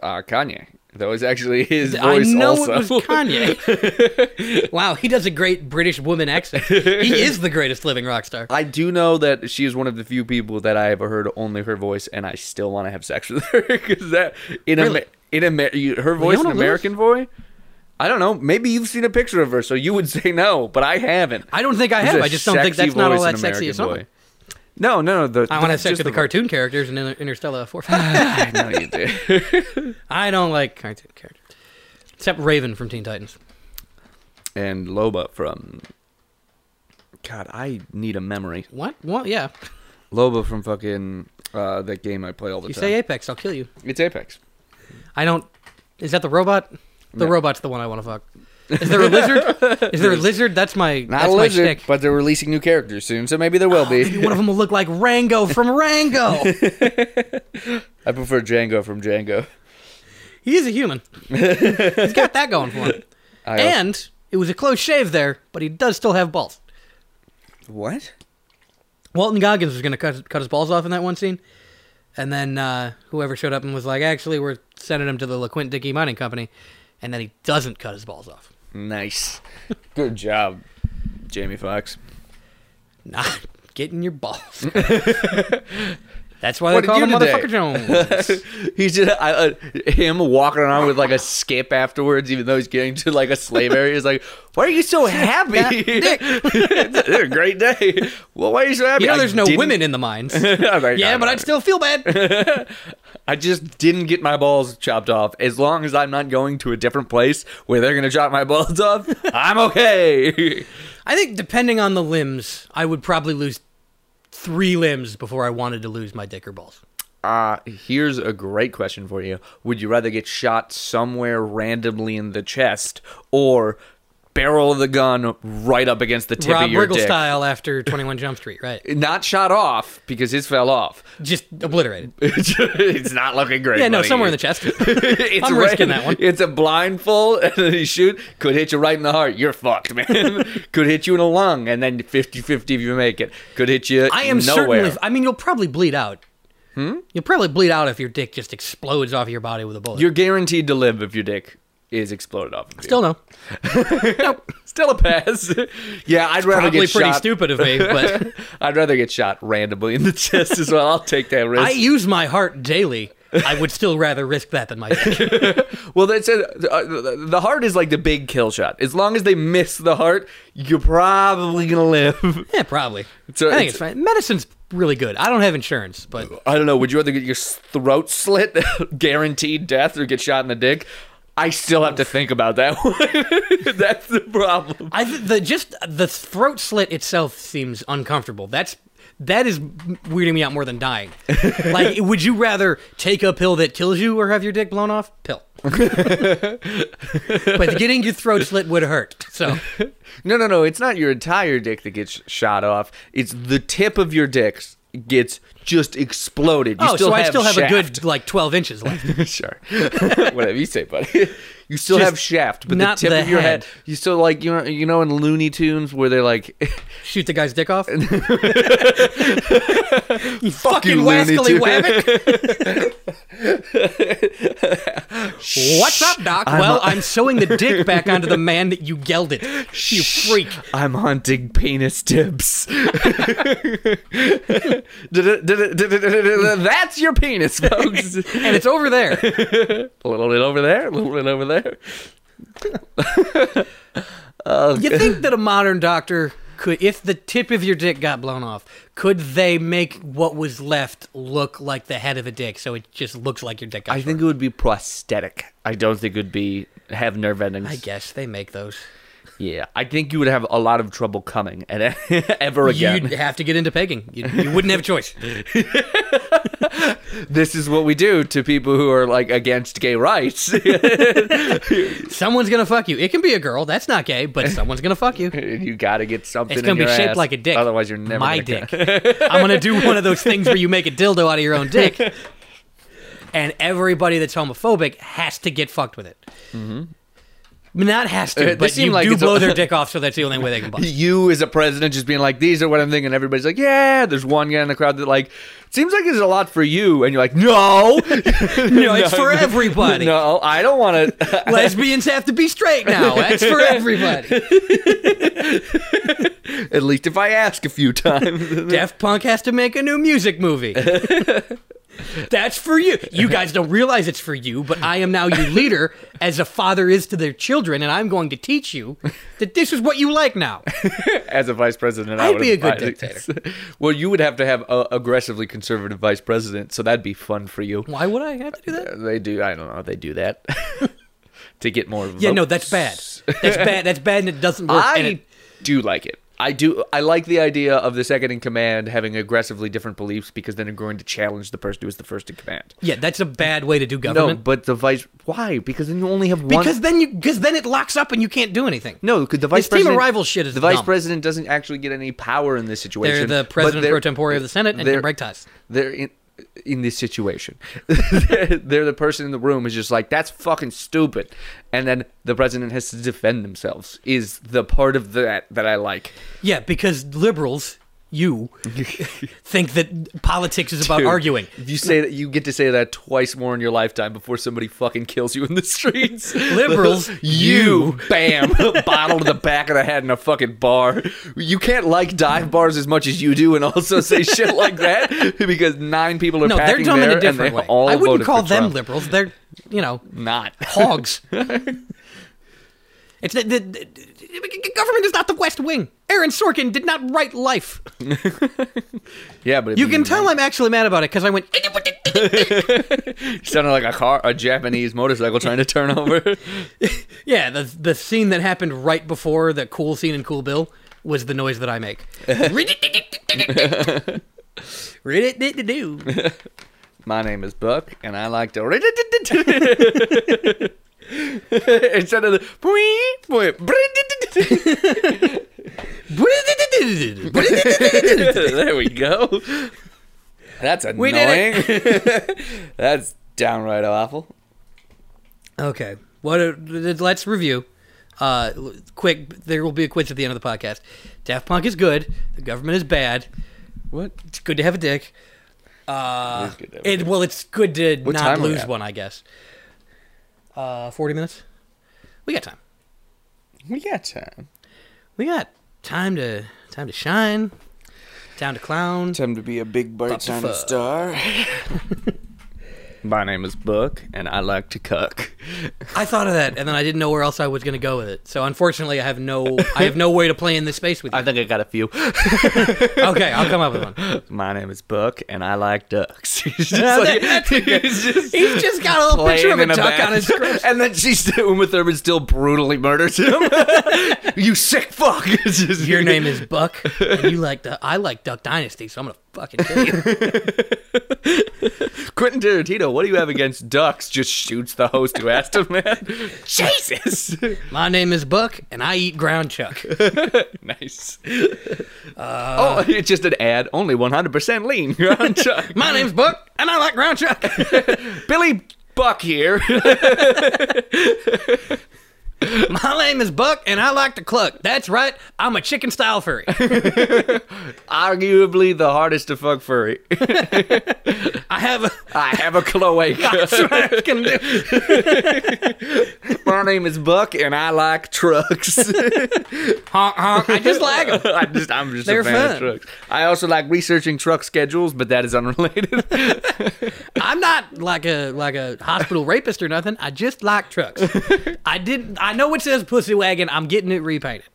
B: Uh, Kanye. That was actually his
A: I
B: voice.
A: know
B: also.
A: it was Kanye. wow, he does a great British woman accent. He is the greatest living rock star.
B: I do know that she is one of the few people that I ever heard only her voice, and I still want to have sex with her because that in a
A: Really?
B: in Amer- you- her voice
A: Leona
B: an American boy. I don't know. Maybe you've seen a picture of her, so you would say no, but I haven't.
A: I don't think I have.
B: It's a
A: I just don't think
B: sexy
A: that's not all
B: voice in
A: that sexy
B: American
A: a song.
B: Boy. No, no, no. The,
A: I want to have sex with
B: just
A: the
B: voice.
A: cartoon characters in Inter- Interstellar 4. I
B: I know you do.
A: don't like cartoon characters. Except Raven from Teen Titans.
B: and Loba from. God, I need a memory.
A: What? Well, yeah.
B: Loba from fucking uh, that game I play all the
A: You
B: time.
A: say Apex, I'll kill you.
B: it's Apex.
A: I don't. Is that the robot? The
B: No.
A: robot's the one I want to fuck. Is there a lizard? Is there a lizard? That's my.
B: Not
A: that's
B: a lizard,
A: my shtick.
B: but they're releasing new characters soon, so maybe there will be.
A: Maybe one of them will look like Rango from Rango.
B: I prefer Django from Django.
A: he is a human. He's got that going for him.
B: I also-
A: And it was a close shave there, but he does still have balls.
B: what?
A: Walton Goggins was going to cut, cut his balls off in that one scene. And then uh, whoever showed up and was like, actually, we're sending him to the LaQuint Dickey Mining Company. And then he doesn't cut his balls off.
B: Nice. Good job, Jamie Foxx.
A: Not getting your balls. That's why
B: What
A: they call him
B: did you do
A: Motherfucker Jones.
B: He's just I, uh, him walking around with like a skip afterwards, even though he's getting to like a slave area. He's like, "Why are you so happy? it's a great day. Well, why are you so happy?
A: You know,
B: I
A: there's no
B: didn't-
A: women in the mines.
B: I'm like,
A: yeah,
B: "No,
A: but
B: no,
A: I'd still feel bad.
B: I just didn't get my balls chopped off. As long as I'm not going to a different place where they're gonna chop my balls off, I'm okay.
A: I think depending on the limbs, I would probably lose three limbs before I wanted to lose my dick or balls.
B: Uh, here's a great question for you. Would you rather get shot somewhere randomly in the chest or barrel of the gun right up against the tip
A: Rob
B: of your
A: Riggle
B: dick?
A: style after 21 Jump Street, right?
B: Not shot off because his fell off.
A: Just obliterated.
B: it's not looking great.
A: Yeah, no,
B: buddy.
A: somewhere in the chest.
B: it's
A: I'm risking that one.
B: It's a blindfold, and then you shoot. Could hit you right in the heart. You're fucked, man. Could hit you in the lung, and then 50-50 if you make it. Could hit you.
A: I am
B: nowhere.
A: certainly. I mean, you'll probably bleed out. Hmm? You'll probably bleed out if your dick just explodes off your body with a bullet.
B: You're guaranteed to live if you dick is exploded off. Of you.
A: Still no.
B: still a pass. yeah, I'd rather
A: Probably
B: get
A: pretty
B: shot.
A: stupid of me, but
B: I'd rather get shot randomly in the chest as well. I'll take that risk.
A: I use my heart daily. I would still rather risk that than my dick.
B: Well, that's it. Uh, the heart is like the big kill shot. As long as they miss the heart, you're probably gonna live.
A: yeah, probably.
B: So
A: I think
B: it's-
A: it's, fine. Medicine's really good. I don't have insurance, but
B: I don't know. Would you rather get your throat slit, guaranteed death, or get shot in the dick? I still have to think about that one. that's the problem.
A: I th- the just the throat slit itself seems uncomfortable. That's that is weirding me out more than dying. like, would you rather take a pill that kills you or have your dick blown off? Pill. but getting your throat slit would hurt. So
B: No, no, no. It's not your entire dick that gets shot off. It's the tip of your dick gets just exploded. You
A: oh, so I still have
B: shaft.
A: a good like twelve inches left.
B: sure. Whatever you say, buddy. You still
A: Just
B: have shaft, but
A: not
B: the tip
A: the
B: of your head.
A: head.
B: You still like you know you know in Looney Tunes where they're like,
A: Shoot the guy's dick off. you
B: you,
A: fucking
B: Looney
A: wascally
B: Tune.
A: wabbit. What's up, Doc?
B: I'm
A: well,
B: a-
A: i I'm sewing the dick back onto the man that you yelled at. You freak.
B: "I'm hunting penis tips." That's your penis, folks. A
A: And it's over there.
B: little bit over there, a little bit over there. Uh,
A: You think that a modern doctor could, if the tip of your dick got blown off, could they make what was left look like the head of a dick so it just looks like your dick got
B: I
A: shorter?
B: think it would be prosthetic. I don't think it would be have nerve endings.
A: I guess they make those.
B: Yeah, I think you would have a lot of trouble coming and ever again.
A: You'd have to get into pegging. You, you wouldn't have a choice.
B: this is what we do to people who are like against gay rights.
A: Someone's gonna fuck you. It can be a girl. That's not gay, but someone's gonna fuck you.
B: you got to get something.
A: It's gonna
B: in
A: be
B: your
A: shaped
B: ass,
A: like a dick.
B: Otherwise, you're never
A: my
B: gonna
A: dick.
B: come.
A: I'm gonna do one of those things where you make a dildo out of your own dick, and everybody that's homophobic has to get fucked with it. Mm-hmm. Not has
B: Uh,
A: to,
B: this
A: but
B: seemed
A: you
B: like
A: do
B: it's a-
A: blow their dick off, so that's the only way they can bust.
B: You as a president just being like, these are what I'm thinking. Everybody's like, yeah. There's one guy in the crowd that like seems like there's a lot for you, and you're like, no,
A: No, it's for everybody.
B: No, I don't want to.
A: Lesbians have to be straight now. That's for everybody.
B: At least if I ask a few times.
A: Def Punk has to make a new music movie. That's for you. You guys don't realize it's for you, but I am now your leader, as a father is to their children, and I'm going to teach you that this is what you like now.
B: as a vice president,
A: I'd
B: would
A: be a good
B: advise-
A: dictator.
B: well, you would have to have a aggressively conservative vice president, so that'd be fun for you.
A: Why would I have to do that?
B: Uh, They do. I don't know. They do that to get more.
A: Yeah, no,
B: votes.
A: that's bad. That's bad. That's bad, and it doesn't work. and
B: I
A: it-
B: do like it. I do. I like the idea of the second in command having aggressively different beliefs because then they're going to challenge the person who is the first in command.
A: yeah, that's a bad way to do
B: No,
A: government.
B: but the vice. Why? Because then you only have one.
A: because then you, because then it locks up and you can't do anything.
B: no, because the
A: This
B: vice
A: team of
B: president.
A: rivals shit is
B: the vice
A: dumb.
B: president doesn't actually get any power in this
A: they're
B: situation.
A: the
B: but
A: president
B: they're-
A: pro tempore of the Senate and
B: they're-
A: can break ties.
B: they're in in this situation. they're, they're the person in the room is just like that's fucking stupid, and then the president has to defend themselves. Is the part of that that I like.
A: Yeah, because liberals, you think that politics is about
B: Dude,
A: Uh, arguing.
B: You say that you get to say that twice more in your lifetime before somebody fucking kills you in the streets.
A: Liberals,
B: you bam, bottle to the back of the head in a fucking bar. You can't like dive bars as much as you do, and also say shit like that because nine people are
A: No, they're
B: packing
A: dumb in
B: there
A: a different
B: and they
A: way.
B: all
A: I wouldn't
B: voted
A: call
B: for
A: them
B: Trump.
A: liberals. They're you know
B: Not
A: hogs. it's the, the, the- the- government is not the West Wing. Aaron Sorkin did not write Life.
B: yeah, but if
A: You can tell I'm actually mad about it because I went.
B: Sounded like a car, a Japanese motorcycle trying to turn over.
A: Yeah, the the scene that happened right before the cool scene in Cool Bill was the noise that I make. Read it, did do.
B: My name is Buck, and I like to instead of the "Bwee, bwee, bwee." there we go. That's
A: We did
B: annoying. That's downright awful.
A: Okay, what? a- Let's review. Uh, l- quick, there will be a quiz at the end of the podcast. Daft Punk is good. The government is bad.
B: What?
A: It's good to have a dick. Uh,
B: It is good to have a
A: it, well, it's good to
B: time
A: not
B: are we
A: lose
B: at?
A: one, I guess. Uh, forty minutes. We got time.
C: We got time.
A: We got time to time to shine, time to clown.
C: Time to be a big
A: Pop
C: bird
A: the
C: time
A: fuck.
C: star. My name is Buck, and I like to cook.
A: I thought of that, and then I didn't know where else I was going to go with it. So unfortunately, I have no I have no way to play in this space with you.
B: I think I got a few.
A: okay, I'll come up with one.
C: My name is Buck, and I like ducks.
B: He's just
A: Now
B: like-
A: that- that's a good-
B: he's just
A: He's just got a little picture
B: playing
A: of a
B: in
A: duck
B: bath.
A: on his screen.
B: and then she's Uma Thurman still brutally murders him. you sick fuck. It's just-
A: Your name is Buck, and you like the I like Duck Dynasty, so I'm gonna fucking kill you.
B: Quentin Tarantino. What do you have against ducks? Just shoots the host who asked him that. Jesus.
A: My name is Buck, and I eat ground chuck.
B: nice.
A: Uh,
B: oh, it's just an ad. Only 100% lean. You're on Chuck.
A: My name's Buck, and I like ground chuck.
B: Billy Buck here.
A: My name is Buck, and I like to cluck. That's right, I'm a chicken style furry.
B: Arguably the hardest to fuck furry.
A: I have a.
B: I have a cloaca.
A: That's what I was gonna do.
B: My name is Buck, and I like trucks.
A: Honk, honk. I just like 'em.
B: I just, I'm just
A: They're
B: a fan of
A: fun.
B: trucks. I also like researching truck schedules, but that is unrelated.
A: I'm not like a like a hospital rapist or nothing. I just like trucks. I didn't. I know it says pussy wagon. I'm getting it repainted.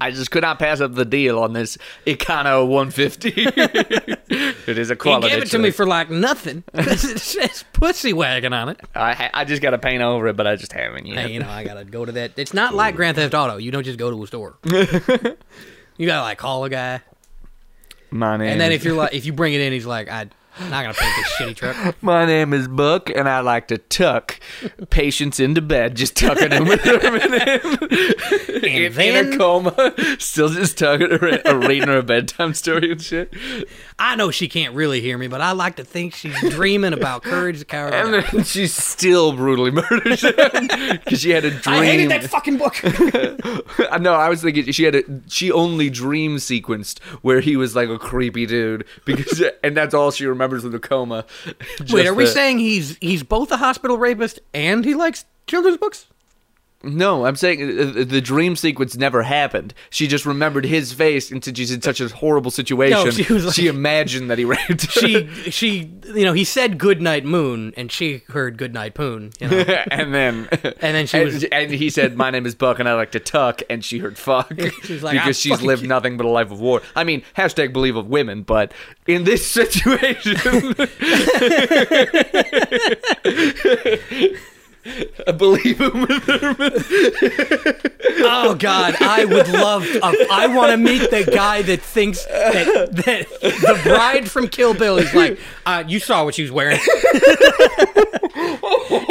B: I just could not pass up the deal on this Econo 150. it is a
A: He
B: quality.
A: gave it to me
B: choice.
A: for like nothing. 'cause it says pussy wagon on it.
B: I, ha- I just got to paint over it, but I just haven't yet.
A: Hey, you know, I gotta go to that. It's not like Grand Theft Auto. You don't just go to a store. you gotta like call a guy,
B: My name.
A: and then
B: is-
A: if you're like, if you bring it in, he's like, I'm not gonna paint this shitty truck.
B: My name is Buck, and I like to tuck patients into bed, just tucking them with them in, in,
A: then-
B: a coma, still just tucking her, in- reading her a bedtime story and shit.
A: I know she can't really hear me, but I like to think she's dreaming about courage, the coward.
B: And
A: and Dog.
B: then she still brutally murders him because she had a dream.
A: I hated that fucking book.
B: I know. I was thinking she had a she only dream sequenced where he was like a creepy dude because and that's all she remembers with the coma.
A: Wait,
B: Just
A: are we
B: the-
A: saying he's he's both a hospital rapist and he likes children's books?
B: No, I'm saying uh, uh, the dream sequence never happened. She just remembered his face, and since she's in such a horrible situation,
A: No, she was like-
B: imagined that he raped her.
A: She she you know he said goodnight moon and she heard goodnight poon. You know?
B: and then,
A: And then she
B: and,
A: was-
B: and he said, "My name is Buck, and I like to tuck." And she heard "fuck"
A: She's like, "I'm
B: because she's lived
A: fucking-
B: nothing but a life of war. I mean, hashtag believe of women, but in this situation, I believe him.
A: Oh God, I would love. A, I want to meet the guy that thinks that, that the bride from Kill Bill is like. Uh, you saw what she was wearing.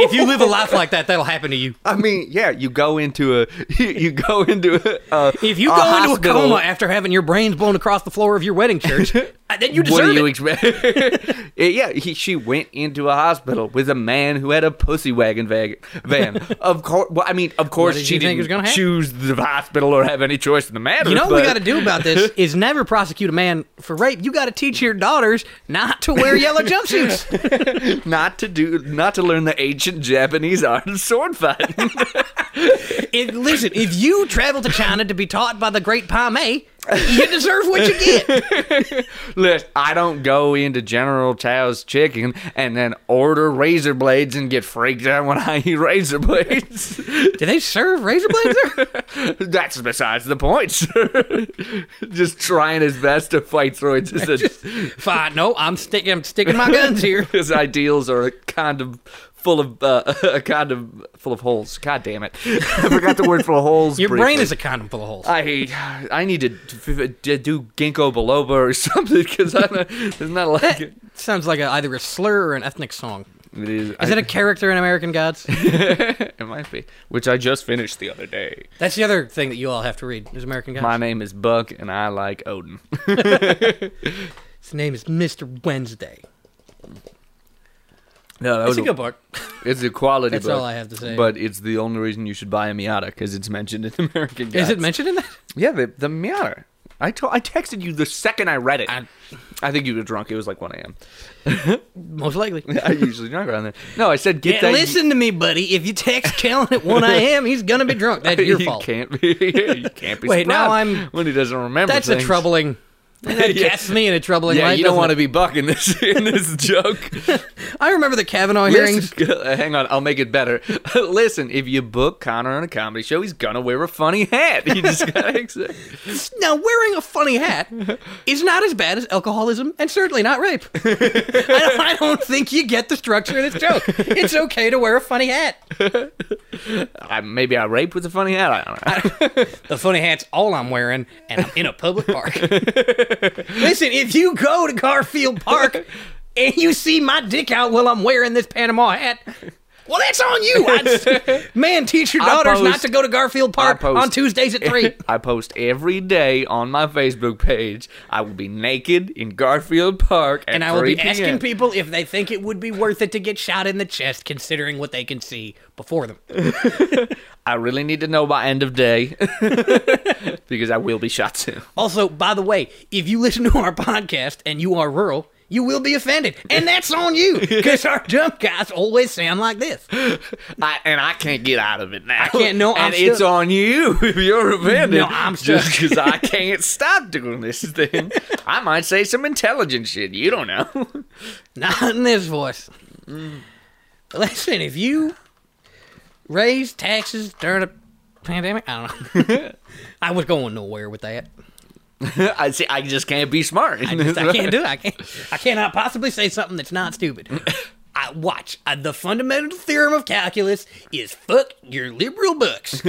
A: if you live a life like that, that'll happen to you.
B: I mean, yeah, you go into a, you go into a. Uh,
A: If you
B: a
A: go into
B: hospital-
A: a coma after having your brains blown across the floor of your wedding church, uh, then you
B: what
A: deserve
B: do you
A: it.
B: expect? yeah, he, she went into a hospital with a man who had a pussy wagon vag- van. of course, well, I mean, of course,
A: What did
B: she
A: you think
B: didn't
A: was gonna happen?
B: choose the hospital or have any choice in the matter.
A: You know what we
B: but-
A: got to do about this is never prosecute a man for rape. You got to teach your daughters not to wear yellow jumpsuits.
B: not to do, not to learn the ancient Japanese art of sword fighting.
A: If- listen, if you travel to China to be taught by the great Pame, you deserve what you get.
B: Listen, I don't go into General Tao's chicken and then order razor blades and get freaked out when I eat razor blades.
A: Do they serve razor blades there?
B: That's besides the point, sir. Just trying his best to fight through it. Just a-
A: Fine, no, I'm sticking. I'm sticking my guns here.
B: his ideals are a kind of full of uh, a kind of full of holes. God damn it! I forgot the word for holes.
A: Your
B: briefly.
A: brain is a condom full of holes.
B: I I need to, d- d- do ginkgo biloba or something because I don't- there's not
A: Eh.
B: like it
A: Sounds like a, either a slur or an ethnic song.
B: is.
A: Is
B: I-
A: that a character in American Gods?
B: it might be, which I just finished the other day.
A: That's the other thing that you all have to read is American Gods.
B: My name is Buck, and I like Odin.
A: His name is Mr. Wednesday.
B: No, that
A: It's
B: was
A: a good book.
B: It's a quality
A: That's
B: book.
A: all I have to say.
B: But it's the only reason you should buy a Miata because it's mentioned in American Gods.
A: Is it mentioned in that?
B: Yeah, the, the Miata. I to- I texted you the second I read it. I, think you were drunk. It was like 1 a.m.
A: Most likely.
B: I usually drunk around then. No, I said get
A: Yeah,
B: that.
A: listen to me, buddy. If you text Kellen at 1 a.m., he's going to be drunk. That's your
B: you
A: fault.
B: can't be. you can't be.
A: Wait, now
B: surprised
A: I'm-
B: when he doesn't remember.
A: That's
B: things.
A: a troubling. That
B: Yeah.
A: casts me in a troubling
B: Yeah,
A: light.
B: you don't
A: doesn't
B: want to
A: it?
B: be bucking this in this joke.
A: I remember the Kavanaugh hearings.
B: Listen, hang on, I'll make it better. Listen, if you book Connor on a comedy show, he's gonna wear a funny hat. You just gotta accept.
A: Now, wearing a funny hat is not as bad as alcoholism and certainly not rape. I, don't, I don't think you get the structure of this joke. It's okay to wear a funny hat.
B: I, maybe I raped with a funny hat. I don't know.
A: The funny hat's all I'm wearing, and I'm in a public park. Listen, if you go to Garfield Park and you see my dick out while I'm wearing this Panama hat, well, that's on you. I, man, teach your
B: I
A: daughters not
B: post-
A: to go to Garfield Park
B: post-
A: on Tuesdays at 3.
B: I post every day on my Facebook page. I will be naked in Garfield Park, at
A: and I will
B: 3
A: be
B: p.m.
A: asking people if they think it would be worth it to get shot in the chest, considering what they can see before them.
B: I really need to know by end of day because I will be shot soon.
A: Also, by the way, if you listen to our podcast and you are rural, you will be offended, and that's on you, because our dumb guys always sound like this.
B: I, and I can't get out of it now. I
A: can't, no, I'm
B: and it's
A: stuck.
B: on you if you're offended.
A: No, I'm
B: just
A: stuck.
B: because I can't stop doing this thing. I might say some intelligent shit. You don't know.
A: Not in this voice. Listen, if you raise taxes during a pandemic, I don't know. I was going nowhere with that.
B: I see. I just can't be smart.
A: I just I can't do it. I can't. I cannot possibly say something that's not stupid. I watch. I, the fundamental theorem of calculus is fuck your liberal books.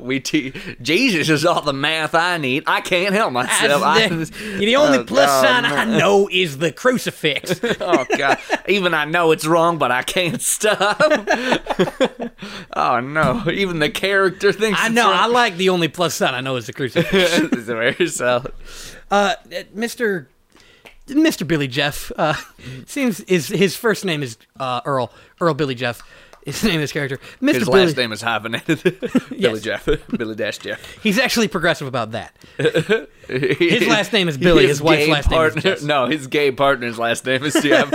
B: we te- Jesus is all the math I need. I can't help myself. I-
A: That's the, the only
B: Oh,
A: plus
B: oh,
A: sign
B: man.
A: I know is the crucifix.
B: oh god! Even I know it's wrong, but I can't stop. oh no! Even the character thinks
A: I
B: it's
A: know. I
B: wrong.
A: like the only plus sign I know is the crucifix.
B: It's very solid.
A: Uh, Mr. Mr. Billy Jeff uh, seems is his first name is uh, Earl Earl Billy Jeff. His name is character. Mr.
B: His
A: Billy,
B: last name is hyphenated. Billy
A: Yes.
B: Jeff. Billy Dash Jeff.
A: He's actually progressive about that.
B: His
A: last name is Billy, his wife's
B: gay
A: last name is
B: partner,
A: Jess.
B: No, his gay partner's last name is Jeff.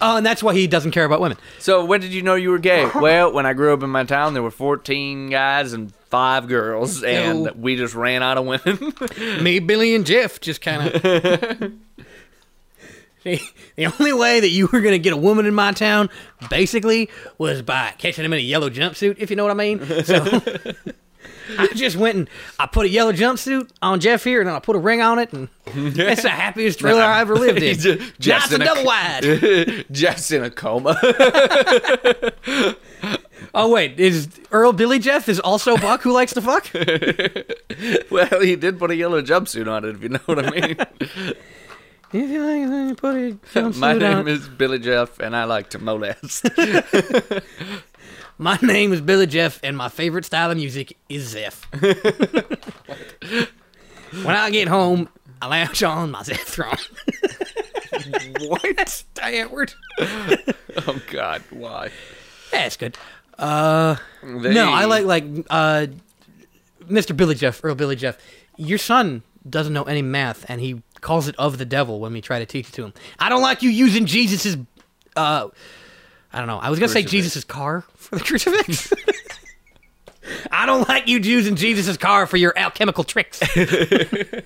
A: Oh, and that's why he doesn't care about women.
B: so when did you know you were gay? Well, when I grew up in my town, there were 14 guys and five girls, and
A: Ew.
B: we just ran out of women.
A: me, Billy, and Jeff just kind of. the only way that you were going to get a woman in my town, basically, was by catching him in a yellow jumpsuit, if you know what I mean. So I just went and I put a yellow jumpsuit on Jeff here, and then I put a ring on it, and that's the happiest thriller I ever lived in.
B: He's ju-
A: Just
B: just in
A: a
B: a-
A: double wide.
B: Jeff's in a coma.
A: Oh wait, is Earl Billy Jeff is also Buck who likes to fuck?
B: well, he did put a yellow jumpsuit on it, if you know what I mean.
A: If you like, then you put a jumpsuit
B: my
A: on.
B: name is Billy Jeff, and I like to molest.
A: My name is Billy Jeff, and my favorite style of music is Zeph. when I get home, I lounge on my Zeph throne.
B: what?
A: Hey, Edward.
B: Oh, God. Why?
A: That's good. Uh, no, I like like uh, Mr. Billy Jeff, Earl Billy Jeff. Your son doesn't know any math, and he calls it of the devil when we try to teach it to him. I don't like you using Jesus's. Uh, I don't know. I was gonna
B: Crucifix.
A: say Jesus's car for the crucifix. I don't like you using Jesus's car for your alchemical tricks.
B: Uh,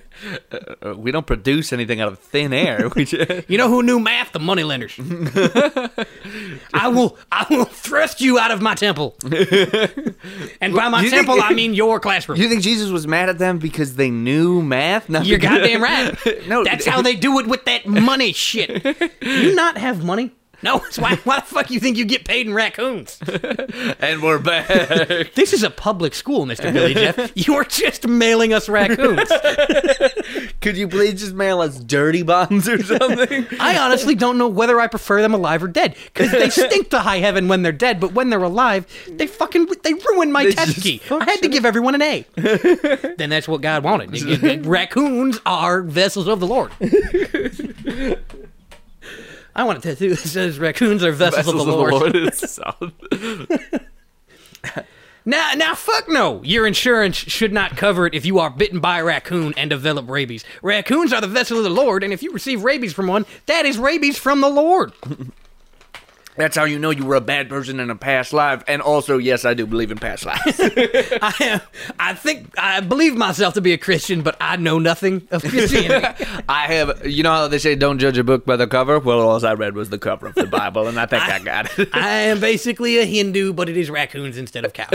B: we don't produce anything out of thin air. We just,
A: You know who knew math? The moneylenders. I will I will thrust you out of my temple. and by my
B: you think-
A: temple I mean your classroom.
B: you think Jesus was mad at them because they knew math? Not
A: You're
B: because-
A: goddamn right.
B: No,
A: that's how they do it with that money shit. You not have money? No, it's why why the fuck you think you get paid in raccoons?
B: And we're back.
A: This is a public school, Mr. Billy Jeff. You're just mailing us raccoons.
B: Could you please just mail us dirty bombs or something?
A: I honestly don't know whether I prefer them alive or dead because they stink to high heaven when they're dead, but when they're alive, they fucking they ruin my
B: They
A: test
B: just
A: key. I had to give everyone an A. then that's what God wanted. Raccoons are vessels of the Lord. I want a tattoo that says raccoons are vessels, of the Lord.
B: It's solid.
A: Now, now, fuck no. Your insurance should not cover it if you are bitten by a raccoon and develop rabies. Raccoons are the vessel of the Lord, and if you receive rabies from one, that is rabies from the Lord.
B: That's how you know you were a bad person in a past life. And also, yes, I do believe in past lives.
A: I am. I think I believe myself to be a Christian, but I know nothing of Christianity.
B: I have, you know how they say don't judge a book by the cover? Well, all I read was the cover of the Bible, and I think I, got it.
A: I am basically a Hindu, but it is raccoons instead of cows.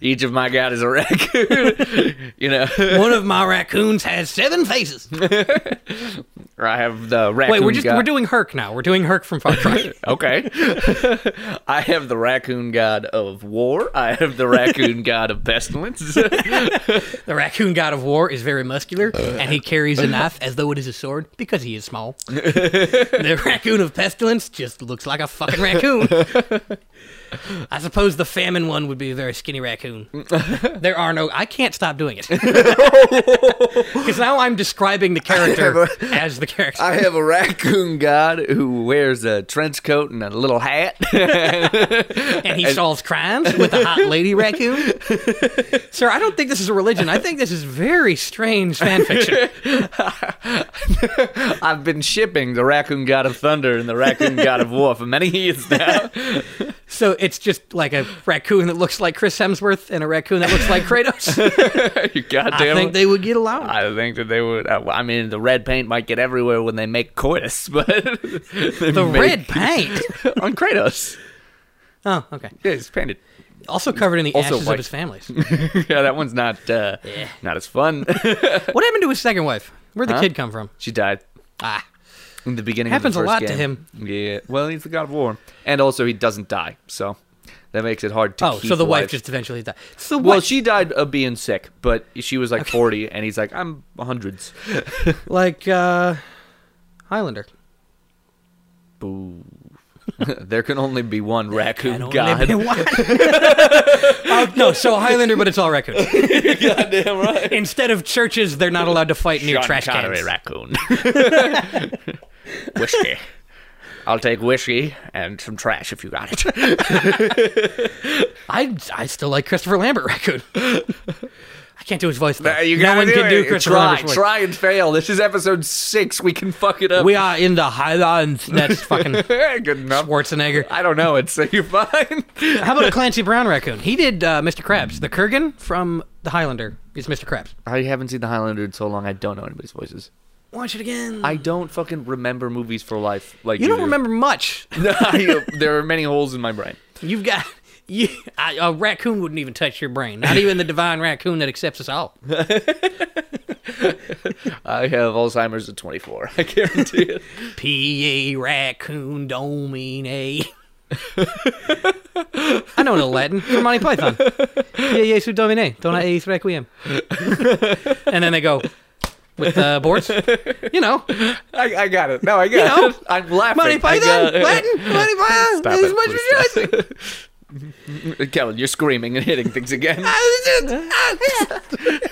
B: Each of my god is a raccoon. you know,
A: One of my raccoons has seven faces.
B: or I have the raccoon.
A: Wait, we're just
B: god.
A: we're doing Herc now. We're doing Herc from Far Cry.
B: Okay. I have the raccoon god of war. I have the raccoon god of pestilence.
A: the raccoon god of war is very muscular, and he carries a knife as though it is a sword because he is small. the raccoon of pestilence just looks like a fucking raccoon. I suppose the famine one would be a very skinny raccoon. There are no. I can't stop doing it because now I'm describing the character as the character.
B: I have a raccoon god who wears a trench coat and a little hat.
A: and he solves crimes with a hot lady raccoon. Sir, I don't think this is a religion. I think this is very strange fan fiction.
B: I've been shipping the raccoon god of thunder and the raccoon god of war for many years now.
A: So it's just like a raccoon that looks like Chris Hemsworth and a raccoon that looks like Kratos.
B: you
A: I
B: goddamn.
A: think they would get along.
B: I think that they would. I, I mean, the red paint might get everywhere when they make coitus, but
A: the red paint.
B: on Kratos.
A: Oh, okay.
B: Yeah, it's painted.
A: Also covered in the
B: Also
A: ashes
B: white.
A: of his families.
B: yeah, that one's not uh, not as fun.
A: What happened to his second wife? Where'd the kid come from?
B: she died.
A: Ah.
B: In the beginning
A: Happens a
B: of the first
A: lot to him.
B: game. Yeah. Well, he's the god of war, and also he doesn't die, so that makes it hard to.
A: Oh,
B: keep
A: so the wife
B: alive.
A: just eventually died. So
B: Well,
A: what?
B: she died of being sick, but she was like forty, and he's like, "I'm hundreds.
A: like uh, Highlander.
B: Boo. there can only be one
A: I
B: raccoon
A: don't
B: god.
A: live in one. Oh, no, so Highlander, but it's all raccoons.
B: Goddamn right.
A: Instead of churches, they're not allowed to fight near
B: Sean
A: trash
B: Connery
A: cans.
B: raccoon. whiskey. I'll take whiskey and some trash if you got it.
A: I, I still like Christopher Lambert raccoon. I can't do his voice. Though.
B: Uh, you
A: no
B: gotta
A: one
B: do
A: can
B: it.
A: do Christopher
B: try,
A: Lambert's voice.
B: try and fail. This is episode six. We can fuck it up.
A: We are in the Highlands. That's fucking
B: good enough.
A: Schwarzenegger.
B: I don't know it, so you're fine.
A: How about a Clancy Brown raccoon? He did uh, Mr. Krabs. The Kurgan from The Highlander is Mr. Krabs.
B: I haven't seen The Highlander in so long. I don't know anybody's voices.
A: Watch it again.
B: I don't fucking remember movies for life. Like
A: you
B: you,
A: don't
B: do.
A: remember much.
B: No, I- there are many holes in my brain.
A: You've got. You, I, a raccoon wouldn't even touch your brain. Not even the divine raccoon that accepts us all.
B: I have Alzheimer's at 24. I guarantee it.
A: P A raccoon don't mean a. I know the Latin from Monty Python. Yeah, Jesu Domine, dona eis requiem. and then they go with the boards. You know,
B: I, I got it. No, I got
A: You know,
B: it. I'm laughing.
A: Monty
B: I got
A: Python,
B: it.
A: Latin, Monty Python.
B: Stop
A: This is
B: it,
A: much
B: please
A: rejoicing.
B: Kellen, you're screaming and hitting things again.
A: Ah,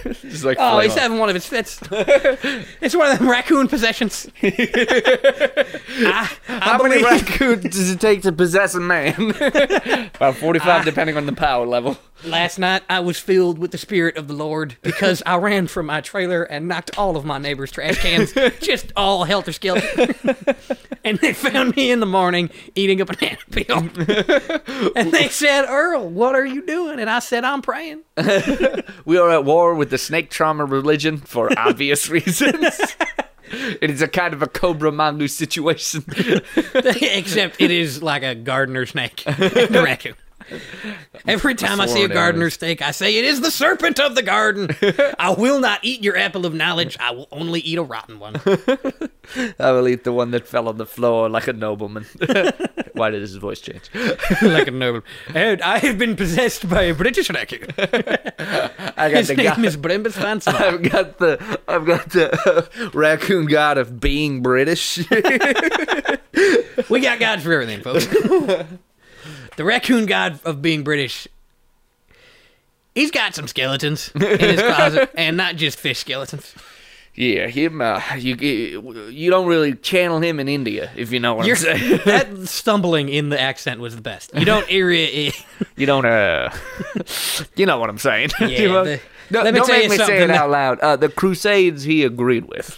B: Just like
A: Oh,
B: flailing.
A: he's having one of his fits. It's one of them raccoon possessions. I, I
B: How many
A: believe-
B: raccoons does it take to possess a man? About 45, depending on the power level.
A: Last night I was filled with the spirit of the Lord because I ran from my trailer and knocked all of my neighbors' trash cans, just all helter skelter. and they found me in the morning eating a banana peel. and they said, "Earl, what are you doing?" And I said, "I'm praying."
B: We are at war with the snake trauma religion for obvious reasons. it is a kind of a cobra mongoose situation.
A: Except it is like a gardener snake, and a raccoon. Every time I see a
B: Sworn
A: gardener
B: enemies.
A: snake, I say it is the serpent of the garden. I will not eat your apple of knowledge. I will only eat a rotten one.
B: I will eat the one that fell on the floor like a nobleman. Why did his voice change?
A: like a noble. And I have been possessed by a British raccoon.
B: I got
A: His
B: the
A: name
B: guy.
A: is Brembus Fanson.
B: I've got the I've got the raccoon god of being British.
A: we got gods for everything, folks. the raccoon god of being British. He's got some skeletons in his closet, and not just fish skeletons.
B: Yeah, him. Uh, you you don't really channel him in India, if you know what
A: You're,
B: I'm saying.
A: that stumbling in the accent was the best. You don't area.
B: You don't. Uh, you know what I'm saying.
A: Yeah,
B: You know?
A: the-
B: no,
A: let me
B: don't
A: tell
B: make
A: you
B: me say
A: something
B: it
A: that-
B: out loud. Uh, the Crusades he agreed with.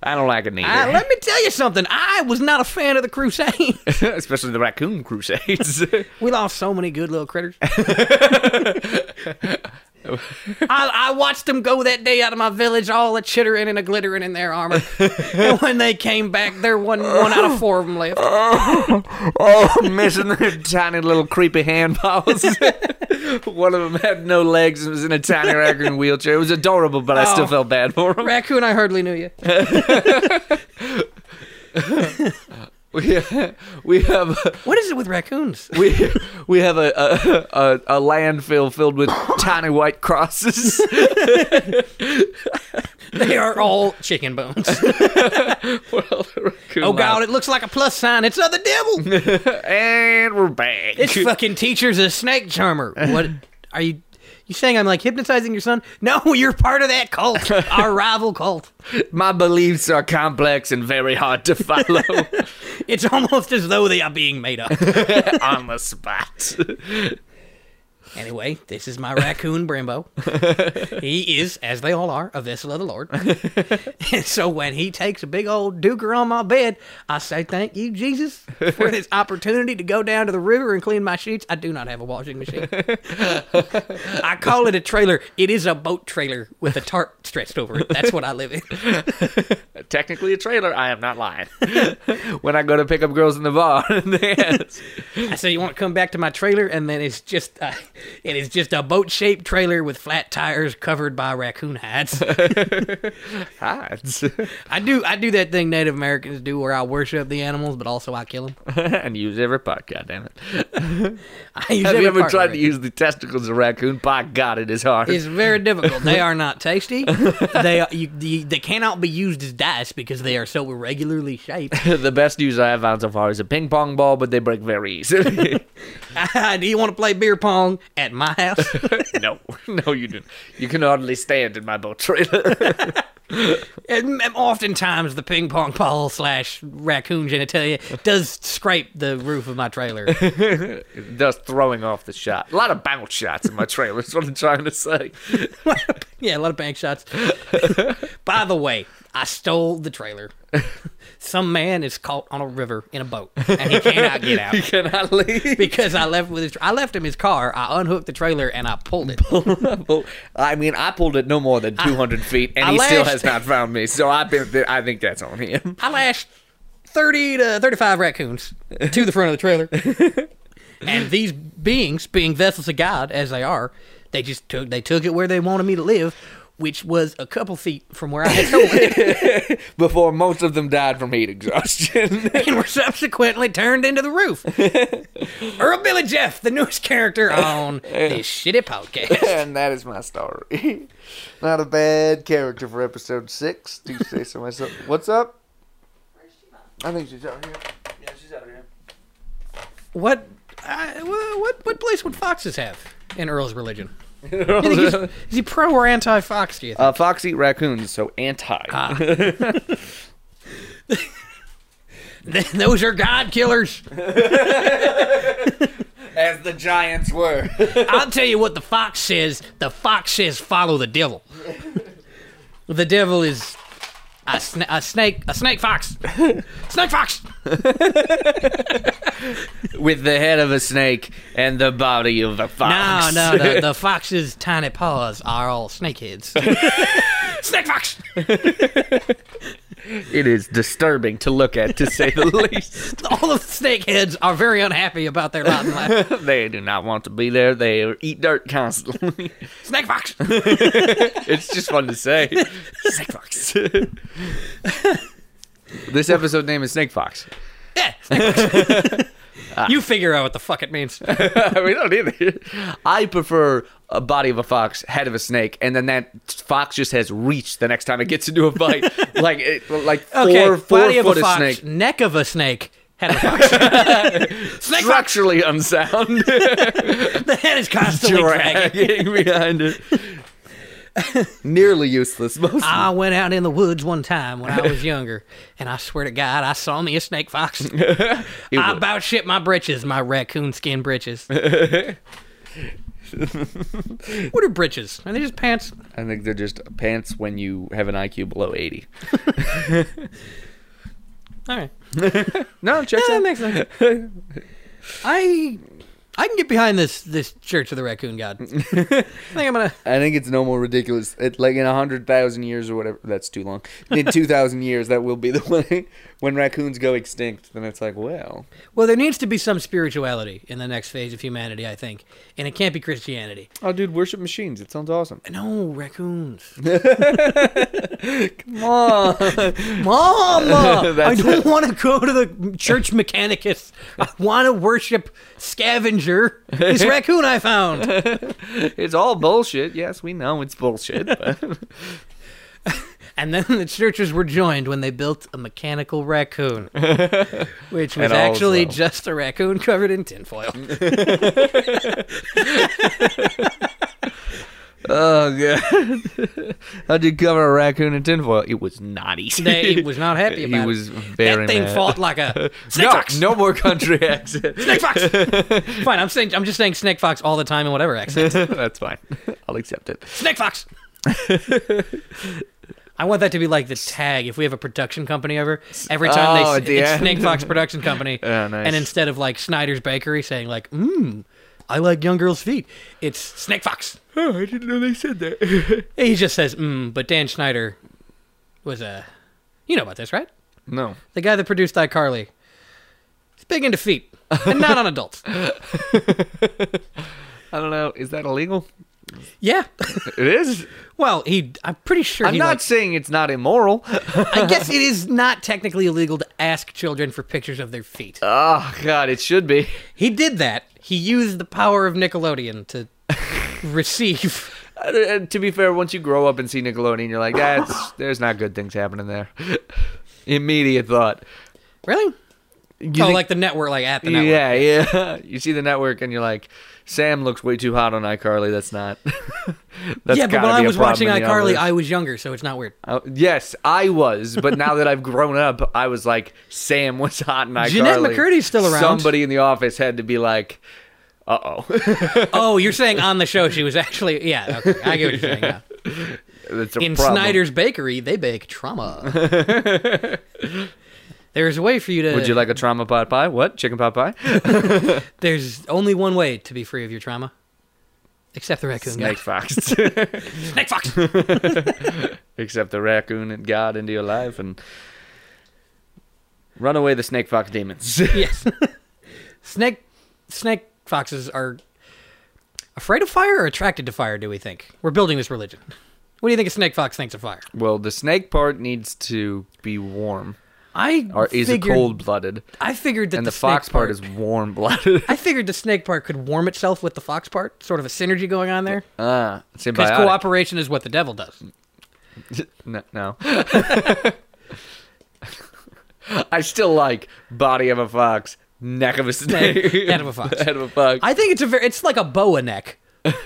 B: I don't like it either.
A: I, let me tell you something. I was not a fan of the Crusade.
B: especially the raccoon crusades.
A: We lost so many good little critters. I, I watched them go that day out of my village, all a chittering and a glittering in their armor. and when they came back, there wasn't one out of four of them left.
B: oh, missing their tiny little creepy hand paws. One of them had no legs and was in a tiny raccoon wheelchair. It was adorable, but I still
A: Oh.
B: felt bad for him.
A: Raccoon, I hardly knew you.
B: We, we have
A: What is it with raccoons?
B: we we have a a, a a landfill filled with tiny white crosses.
A: They are all chicken bones. Oh, God, it looks like a plus sign. It's not the devil.
B: and we're back.
A: This fucking teacher's a snake charmer. What are you. You saying I'm like hypnotizing your son? No, you're part of that cult, our rival cult.
B: My beliefs are complex and very hard to follow
A: It's almost as though they are being made up.
B: on the spot.
A: Anyway, this is my raccoon Brembo. he is, as they all are, a vessel of the Lord. and so when he takes a big old duker on my bed, I say, Thank you, Jesus, for this opportunity to go down to the river and clean my sheets. I do not have a washing machine. I call it a trailer. It is a boat trailer with a tarp stretched over it. That's what I live in.
B: Technically a trailer. I am not lying. when I go to pick up girls in the bar, and they ask,
A: I say, You want to come back to my trailer? And then it's just, uh, it is just a boat shaped trailer with flat tires covered by raccoon hides.
B: hides,
A: I do I do that thing Native Americans do where I worship the animals, but also I kill them.
B: and use every part. God damn it!
A: I use
B: Have
A: every
B: you ever
A: part of
B: tried
A: it.
B: to use the testicles of a raccoon? By God, it is hard.
A: It's very difficult. They are not tasty. They are, you, the, they cannot be used as dice because they are so irregularly shaped.
B: the best use I have found so far is a ping pong ball, but they break very easily.
A: do you want to play beer pong at my house?
B: no, no, you don't. You can hardly stand in my boat trailer.
A: and, and oftentimes the ping pong ball slash raccoon genitalia does scrape the roof of my trailer.
B: Thus throwing off the shot. A lot of bounce shots in my trailer is what I'm trying to say.
A: yeah, a lot of bank shots. By the way, I stole the trailer. Some man is caught on a river in a boat and he cannot get out.
B: You cannot leave.
A: because I left with his, I left him his car. I unhooked the trailer and I pulled it.
B: I mean, I pulled it no more than 200 feet, and
A: I
B: he still
A: lashed-
B: has not found me. So I've been. Th- I think that's on him.
A: I lashed thirty to thirty-five raccoons to the front of the trailer, and these beings, being vessels of God as they are, they just took they took it where they wanted me to live, which was a couple feet from where I had stolen it,
B: Before most of them died from heat exhaustion.
A: and were subsequently turned into the roof. Earl Billy Jeff, the newest character on this shitty podcast.
B: and that is my story. Not a bad character for episode six. Do say so myself. What's up? I think she's out here. Yeah, she's out here.
A: What, I, wha- what, what place would foxes have in Earl's religion? You think he's- is he pro or anti fox? Do you think?
B: Uh, fox eat raccoons, so anti.
A: Ah. Th- Those are God killers.
B: As the giants were.
A: I'll tell you what the fox says. The fox says, "Follow the devil." The devil is a, sna- a snake. A snake fox. Snake fox.
B: With the head of a snake and the body of a
A: No,
B: fox.
A: no, the, the fox's tiny paws are all snakeheads. snake fox.
B: It is disturbing to look at, to say the least.
A: All of the snakeheads are very unhappy about their lot in life.
B: They do not want to be there. They eat dirt constantly.
A: Snake fox.
B: It's just fun to say. Snake fox. this episode name is Snake Fox.
A: Yeah, snake fox. you figure out what the fuck it means.
B: we don't either. I prefer a body of a fox, head of a snake, and then that fox just has reach the next time it gets into a fight. like it, like four four
A: body
B: foot
A: of a fox,
B: snake.
A: neck of a snake, head of a fox. snake fox.
B: Structurally unsound,
A: The head is constantly dragging.
B: dragging behind it. Nearly useless. Mostly.
A: I went out in the woods one time when I was younger, and I swear to God, I saw me a snake fox. I
B: was-
A: about shit my britches, my raccoon skin britches. what are britches? Are they just pants?
B: I think they're just pants when you have an IQ below 80.
A: All right,
B: No, check
A: Yeah, that
B: out.
A: makes sense. I I can get behind this this Church of the Raccoon God. I think I'm gonna.
B: I think it's no more ridiculous. It, like in a hundred thousand years or whatever. That's too long. In two thousand years, that will be the way when raccoons go extinct. Then it's like, well,
A: Well, there needs to be some spirituality in the next phase of humanity, I think, and it can't be Christianity.
B: oh, dude, worship machines. It sounds awesome.
A: No, raccoons.
B: Come on,
A: Mama, I
B: That's
A: don't want to go to the church mechanicus. I want to worship Scavenger, this raccoon I found.
B: it's all bullshit. Yes, we know it's bullshit. But
A: And then the churches were joined when they built a mechanical raccoon, which was
B: And all's
A: actually
B: well.
A: just a raccoon covered in tinfoil.
B: oh god, how'd you cover a raccoon in tinfoil? It was not easy.
A: They was not happy about
B: he
A: it.
B: was
A: that
B: very
A: thing
B: mad.
A: fought like a snake
B: No,
A: fox.
B: no more country accent.
A: Snake fox. Fine, I'm saying I'm just saying snake fox all the time in whatever accent.
B: That's fine. I'll accept it.
A: Snake Fox. I want that to be like the tag if we have a production company over. Every time they
B: Oh, at
A: s-
B: the
A: it's
B: end.
A: Snake Fox production company,
B: Oh, nice.
A: and instead of like Snyder's Bakery saying like, "Mmm, I like young girls' feet," it's Snake Fox.
B: Oh, I didn't know they said that.
A: He just says "Mmm," but Dan Schneider was a, you know about this, right?
B: no.
A: The guy that produced iCarly. He's big into feet and not on adults.
B: I don't know. Is that illegal?
A: Yeah.
B: It is.
A: Well, he. I'm pretty sure.
B: I'm
A: he
B: not
A: like,
B: saying it's not immoral.
A: I guess it is not technically illegal to ask children for pictures of their feet.
B: oh God, it should be.
A: He did that. He used the power of Nickelodeon to receive.
B: Uh, And to be fair, once you grow up and see Nickelodeon, you're like, that's there's not good things happening there. Immediate thought.
A: Really?
B: You
A: oh,
B: think-
A: like the network, like at the network.
B: yeah, yeah. You see the network and you're like, Sam looks way too hot on iCarly. That's not. that's
A: yeah, but
B: gotta
A: when I
B: be a
A: was
B: problem
A: watching
B: in the
A: iCarly,
B: algorithm.
A: I was younger, so it's not weird.
B: Oh, yes, I was, but now that I've grown up, I was like, Sam was hot in iCarly.
A: Jeanette McCurdy's still around.
B: Somebody in the office had to be like, uh oh.
A: oh, you're saying on the show she was actually. Yeah, okay. I get what you're saying now.
B: That's a
A: In
B: problem.
A: Snyder's Bakery, they bake trauma. There's a way for you to.
B: Would you like a trauma pot pie? What? Chicken pot pie?
A: There's only one way to be free of your trauma. Except the raccoon
B: Snake
A: guy.
B: fox.
A: Snake Fox!
B: Except the raccoon and God into your life and run away the snake fox demons.
A: yes. snake snake foxes are afraid of fire or attracted to fire, do we think? We're building this religion. What do you think a snake fox thinks of fire?
B: well, the snake part needs to be warm,
A: I
B: or is it
A: figured,
B: cold blooded?
A: I figured that
B: And
A: the,
B: the, fox
A: snake
B: part is warm blooded.
A: I figured the snake part could warm itself with the fox part, sort of a synergy going on there.
B: ah,
A: Because
B: symbiotic.
A: cooperation is what the devil does.
B: No. no. I still like body of a fox, neck of a snake,
A: head of a fox.
B: head of a fox.
A: I think it's a very, it's like a boa neck.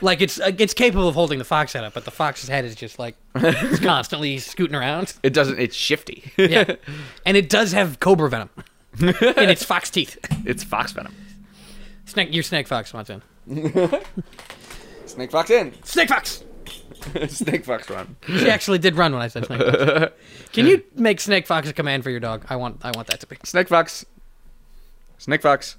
A: like it's uh, it's capable of holding the fox head up, but the fox's head is just like it's constantly scooting around.
B: it doesn't. It's shifty.
A: Yeah, and it does have cobra venom in its fox teeth.
B: it's fox venom.
A: Snake, your snake fox wants in.
B: Snake fox in.
A: Snake fox.
B: snake fox run.
A: She actually did run when I said snake fox. Can you make snake fox a command for your dog? I want, I want that to be.
B: Snake fox. Snake fox.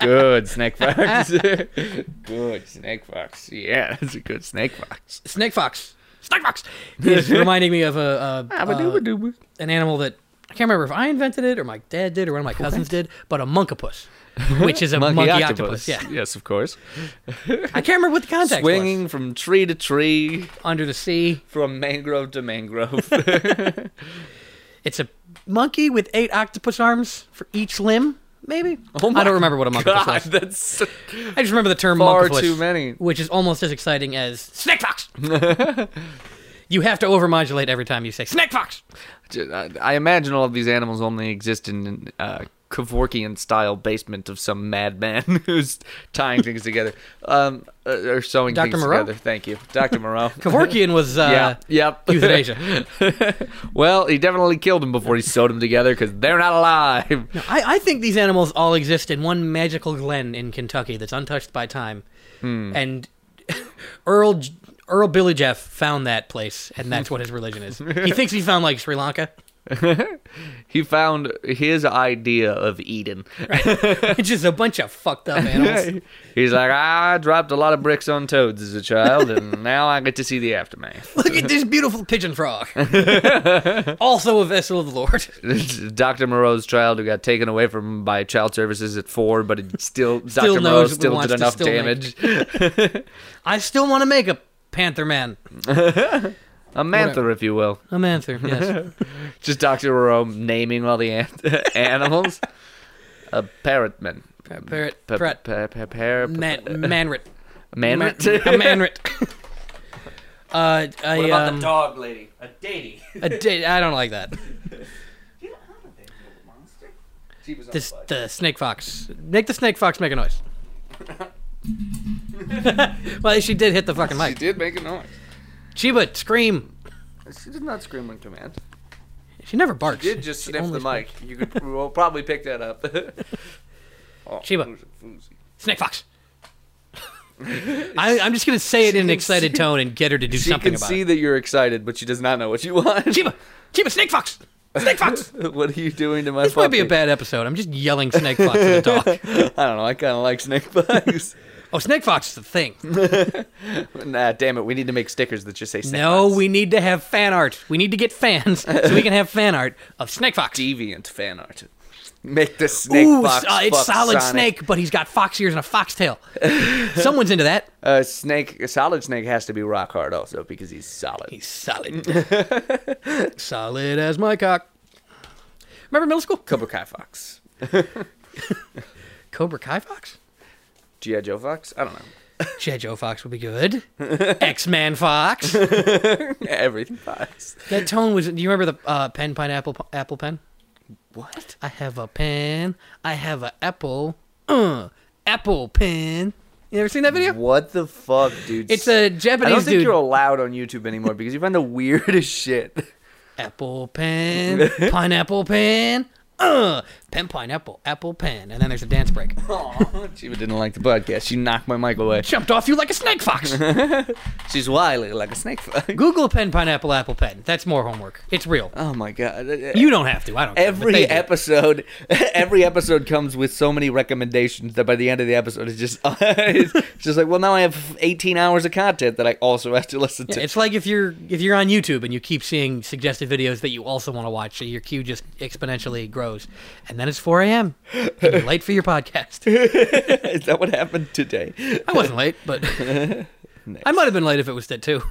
B: good snake fox. good snake fox. Yeah, that's a good snake fox.
A: Snake fox. Snake fox is reminding me of a, a uh,
B: Abadoobadooboo.
A: an animal that I can't remember if I invented it or my dad did or one of my cousins did, but a monkopus, which
B: Uh,
A: is a monkey, octopus. Yeah,
B: Yes, of course.
A: I can't remember what the context
B: Swinging
A: was.
B: from tree to tree,
A: Under the sea,
B: from mangrove to mangrove.
A: it's a monkey with eight octopus arms for each limb. Maybe I
B: Oh my
A: don't remember what a monkopus
B: God,
A: was.
B: that's so-
A: I just remember the term
B: Far
A: monkopus,
B: too many.
A: which is almost as exciting as snake fox. you have to overmodulate every time you say snake fox.
B: I I imagine all of these animals only exist in uh, Kevorkian style basement of some madman who's tying things together, um, uh, or sewing
A: Dr.
B: things
A: Moreau?
B: together. Thank you, Doctor Moreau.
A: Kevorkian was uh,
B: yeah, yep.
A: euthanasia.
B: well, he definitely killed him before he sewed them together because they're not alive.
A: I, I think these animals all exist in one magical glen in Kentucky that's untouched by time.
B: Hmm.
A: And Earl J- Earl Billy Jeff found that place, and that's what his religion is. He thinks he found like Sri Lanka.
B: He found his idea of Eden.
A: It's just a bunch of fucked up animals.
B: He's like, I dropped a lot of bricks on toads as a child, and now I get to see the aftermath.
A: Look at this beautiful pigeon frog. also a vessel of the Lord.
B: This is Dr. Moreau's child who got taken away from him by child services at four, but it still, Dr. Moreau
A: knows we
B: still
A: wants
B: did
A: to
B: enough
A: still
B: damage.
A: I still want to make a panther man.
B: A mantha,
A: Whatever.
B: if you will.
A: A manther, yes.
B: Just Dr. Moreau naming all the an- animals. A parrotman.
A: parrot-
B: Pa-
A: parrot.
B: pa- pa- par-
A: Man, manrit. Man-
B: Manrit?
A: a manrit. Uh, I, um,
C: dog lady? A dainty.
A: a da- I don't like that. This the snake fox. Make the snake fox make a noise. well, she did hit the fucking
B: She
A: mic.
B: did make a noise.
A: Chiba, scream.
B: She did not scream on command.
A: She never barks.
B: Did just
A: She
B: sniff
A: only
B: the mic. You could we'll probably pick that up. oh,
A: Sheba.
B: who's a floozy.
A: Snake fox. I, I'm just gonna say it in an excited tone and get her to do
B: She
A: something
B: can
A: about
B: see
A: it.
B: that you're excited, but she does not know what you want.
A: Chiba, Chiba, snake fox, snake fox.
B: what are you doing to my
A: This might be a
B: puppy?
A: bad episode. I'm just yelling snake fox at the dog.
B: I don't know. I kind of like snake bugs.
A: Oh, snake fox is the thing.
B: nah, damn it. We need to make stickers that just say snake
A: No,
B: bugs.
A: we need to have fan art. We need to get fans so we can have fan art of snake fox.
B: deviant fan art. Make the snake
A: Ooh,
B: box.
A: uh, it's
B: fuck
A: solid
B: Sonic.
A: snake, but he's got fox ears and a fox tail. Someone's into that.
B: Uh, snake. Solid snake has to be rock hard also because he's solid.
A: He's solid, solid as my cock. Remember middle school?
B: Cobra Kai Fox.
A: Cobra Kai fox.
B: G.I. Joe Fox? I don't know.
A: G.I. Joe Fox would be good. X Man Fox.
B: Everything Fox.
A: That tone was. Do you remember the uh, pen pineapple p- apple pen?
B: What?
A: I have a pen. I have an apple. Uh, apple pen. You ever seen that video?
B: What the fuck, dude?
A: It's a
B: I don't
A: Japanese
B: think
A: dude.
B: you're allowed on YouTube anymore because you find the weirdest shit.
A: Apple pen. pineapple pen. Uh, pen pineapple apple pen. And then there's a dance break.
B: Chiba didn't like the podcast. She knocked my mic away.
A: Jumped off you like a snake fox.
B: She's wily like a snake.
A: Google pen pineapple apple pen. That's more homework. It's real.
B: oh my god.
A: You don't have to. I don't. care, but
B: every
A: they do.
B: episode, every episode comes with so many recommendations that by the end of the episode, it's just it's just like, well, now I have 18 hours of content that I also have to listen
A: Yeah,
B: to.
A: it's like if you're if you're on YouTube and you keep seeing suggested videos that you also want to watch, so your queue just exponentially grows, and then it's 4 a.m. and you're late for your podcast.
B: Is that what happened today?
A: I wasn't late, but I might have been late if it was that too.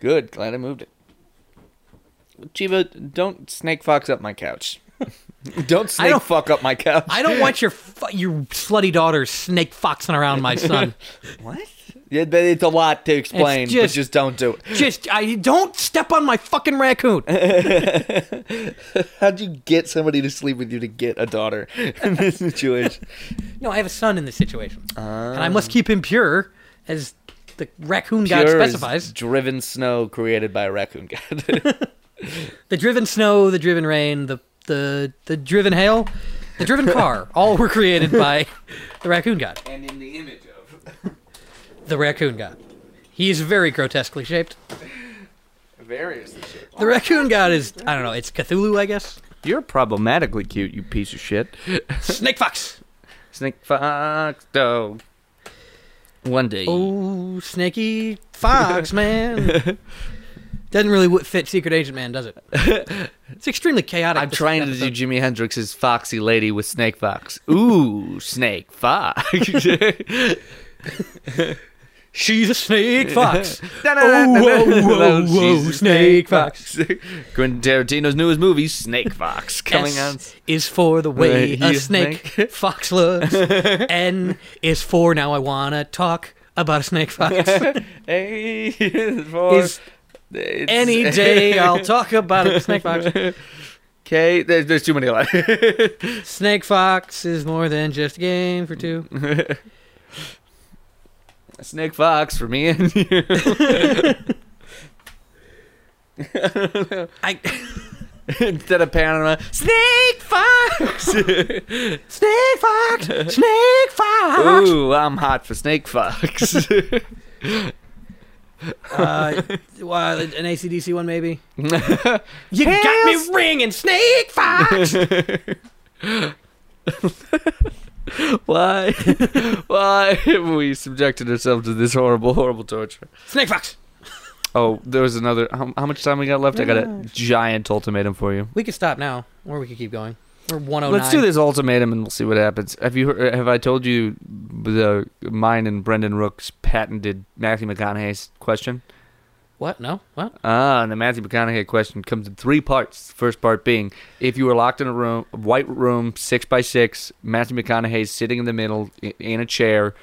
B: Good. Glad I moved it. Chiba, don't snake fox up my couch. don't snake
A: don't-
B: fuck up my couch.
A: I don't want your fu- your slutty daughter snake foxing around my son.
B: What? Yeah, but it's a lot to explain,
A: It's
B: but
A: just-
B: just don't do it.
A: Just I don't step on my fucking raccoon.
B: How'd you get somebody to sleep with you to get a daughter in this situation?
A: No, I have a son in this situation, and I must keep him pure, as the raccoon god
B: Ah. Pure as
A: specifies.
B: driven snow created by a raccoon god.
A: The driven snow, the driven rain, the the the driven hail, the driven car, all were created by the raccoon god.
B: and in the image of
A: The raccoon god. He is very grotesquely shaped.
B: various
A: The raccoon god is I don't know, it's Cthulhu, I guess.
B: You're problematically cute, you piece of shit.
A: Snake fox.
B: Snake fox, though. One day.
A: Oh, snaky fox, man. Doesn't really w- fit Secret Agent Man, does it? It's extremely chaotic.
B: I'm
A: this
B: trying to do
A: episode.
B: Jimi Hendrix's Foxy Lady with Snake Fox. Ooh, Snake Fox.
A: She's a snake fox.
B: Oh,
A: whoa, whoa, whoa, Snake Fox.
B: Quentin Tarantino's newest movie, Snake Fox, coming
A: S
B: on.
A: is for the way
B: Right,
A: a
B: you
A: snake fox looks. N is for now I wanna talk about a snake fox.
B: Hey, for
A: Is Any day I'll talk about a snake fox.
B: Okay, there's, there's too many left.
A: Snake Fox is more than just a game for two.
B: Snake Fox for me and you.
A: I
B: Instead of Panama, Snake Fox.
A: Snake Fox, Snake Fox.
B: Ooh, I'm hot for Snake Fox.
A: Uh, well, an ACDC one maybe.
B: That's
A: You got me ringing, Snake Fox.
B: why? Why have we subjected ourselves to this horrible, horrible torture?
A: Snake Fox.
B: Oh, there was another. How, how much time we got left? I got a giant ultimatum for you.
A: We could stop now, or we could keep going. We're 109.
B: Let's do this ultimatum and we'll see what happens. Have you? heard- Have I told you the mine and Brendan Rook's patented Matthew McConaughey's question?
A: What? No? What?
B: Ah, and the Matthew McConaughey question comes in three parts. First part being if you were locked in a room, a white room, six by six, Matthew McConaughey's sitting in the middle i- in a chair,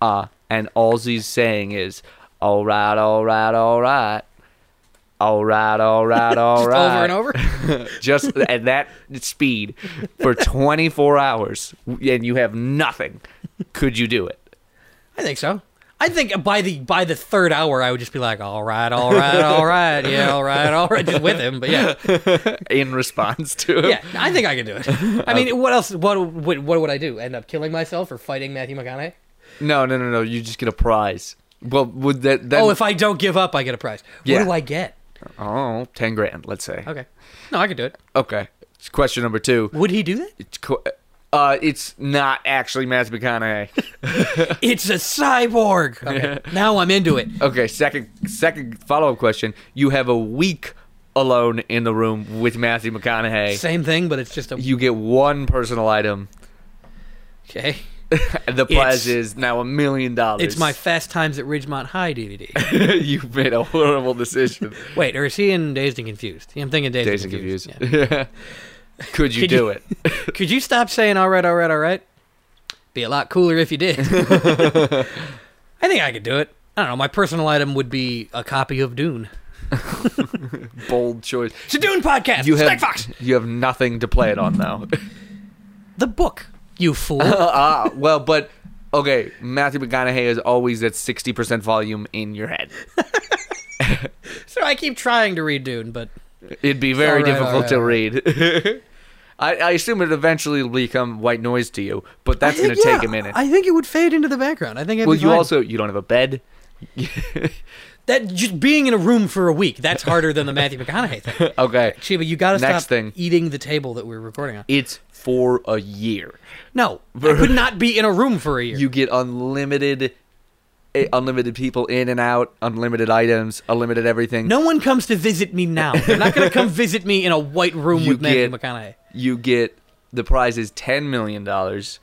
B: uh, and all he's saying is, all right, all right, all right. All right, all right, all
A: Just
B: right.
A: over and over.
B: Just at that speed for 24 hours, and you have nothing. Could you do it?
A: I think so. I think by the by the third hour, I would just be like, all right, all right, all right, yeah, all right, all right, just with him. But yeah,
B: In response to it?
A: yeah, I think I could do it. I mean, what else? What what, what would I do? End up killing myself or fighting Matthew McConaughey?
B: No, no, no, no. You just get a prize. Well, would that? that
A: oh, if I don't give up, I get a prize.
B: Yeah.
A: What do I get?
B: Oh, 10 grand, let's say.
A: Okay, no, I could do it.
B: Okay. It's question number two.
A: Would he do that?
B: It's, qu- uh, it's not actually Matthew McConaughey.
A: It's a cyborg. Okay, now I'm into it.
B: okay, second second follow up question. You have a week alone in the room with Matthew McConaughey.
A: Same thing, but it's just a
B: You get one personal item.
A: okay.
B: The prize
A: It's-
B: is now a million dollars.
A: It's my Fast Times at Ridgemont High DVD.
B: you made a horrible decision.
A: Wait, or is he in Dazed and Confused? I'm thinking Dazed,
B: Days and
A: and Confused.
B: confused.
A: yeah.
B: Could you
A: Could
B: do
A: you-
B: it?
A: Could you stop saying all right, all right, all right? Be a lot cooler if you did. I think I could do it. I don't know. My personal item would be a copy of Dune.
B: Bold choice.
A: It's a Dune podcast.
B: You
A: Snake
B: have
A: Fox.
B: you have nothing to play it on though.
A: The book. You fool.
B: uh, well, but okay, Matthew McConaughey is always at sixty percent volume in your head.
A: so I keep trying to read Dune, but
B: It'd be very
A: all right, all
B: difficult
A: right,
B: to
A: all
B: read. I, I assume it'd eventually become white noise to you, but that's going to take a minute.
A: I think it would fade into the background. I think.
B: well, you also you don't have a bed.
A: that just being in a room for a week. That's harder than the Matthew McConaughey thing.
B: Okay,
A: Chiba, you got to
B: Next
A: stop
B: thing.
A: eating the table that we're recording on.
B: it's for a year.
A: No, I could not be in a room for a year.
B: You get unlimited, eh, unlimited people in and out, unlimited items, unlimited everything.
A: No one comes to visit me now. They're not going to come visit me in a white room
B: You
A: with Matthew
B: get-
A: McConaughey.
B: you get the prize is ten million dollars,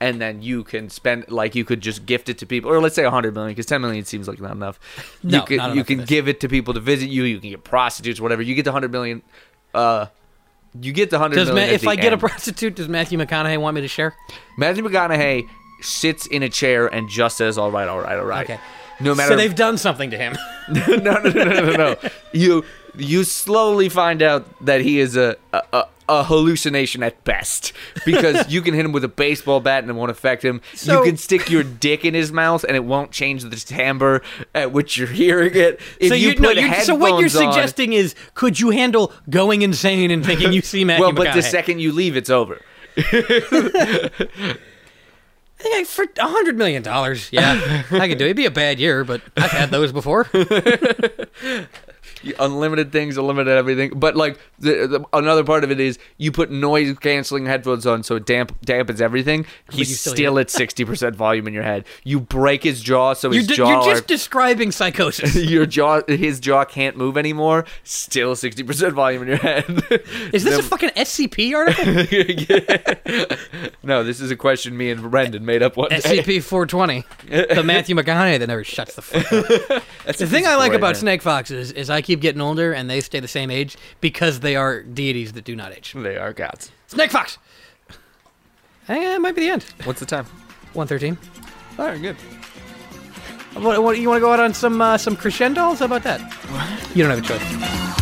B: and then you can spend like you could just gift it to people, or let's say a hundred million because ten million seems like not enough.
A: No,
B: you can,
A: not
B: you
A: enough for
B: can
A: this.
B: give it to people to visit you. You can get prostitutes, whatever. You get the hundred million. Uh, you get the hundred
A: Does
B: million.
A: Ma-
B: at
A: if
B: the
A: I get a
B: end.
A: prostitute, does Matthew McConaughey want me to share?
B: Matthew McConaughey sits in a chair and just says, "All right, all right, all right."
A: Okay.
B: No matter
A: so they've done something to him.
B: no, no, no, no, no, no. You you slowly find out that he is a a, a- a hallucination at best because you can hit him with a baseball bat and it won't affect him.
A: So-
B: you can stick your dick in his mouth and it won't change the timbre at which you're hearing it. If
A: so
B: you,
A: no,
B: put
A: you're- so what you're
B: headphones on-
A: suggesting is, could you handle going insane and thinking you see Matthew
B: well,
A: McConaughey?
B: but the second you leave, it's over.
A: I think I, for a hundred million dollars, yeah, I could do it. It'd be a bad year, but I've had those before.
B: unlimited things, unlimited everything. But like the, the, another part of it is you put noise canceling headphones on, so it damp, dampens everything.
A: you
B: He's
A: still
B: still,
A: hear
B: at sixty percent volume in your head. You break his jaw, so
A: You're,
B: his
A: d-
B: jaw.
A: you're just describing psychosis.
B: your jaw, his jaw can't move anymore. Still, sixty percent volume in your head.
A: Is this a fucking SCP article?
B: no? This is a question me and Brendan made up one
A: Eh,
B: day.
A: SCP 420, the Matthew McConaughey that never shuts the fuck up. The thing I like
B: great,
A: about
B: man.
A: snake foxes is I keep getting older and they stay the same age because they are deities that do not age.
B: They are gods.
A: Snake fox. I think that might be the end.
B: What's the time?
A: One thirteen.
B: All right, good.
A: What, what, you want to go out on some uh, some crescendos? How about that? You don't have a choice.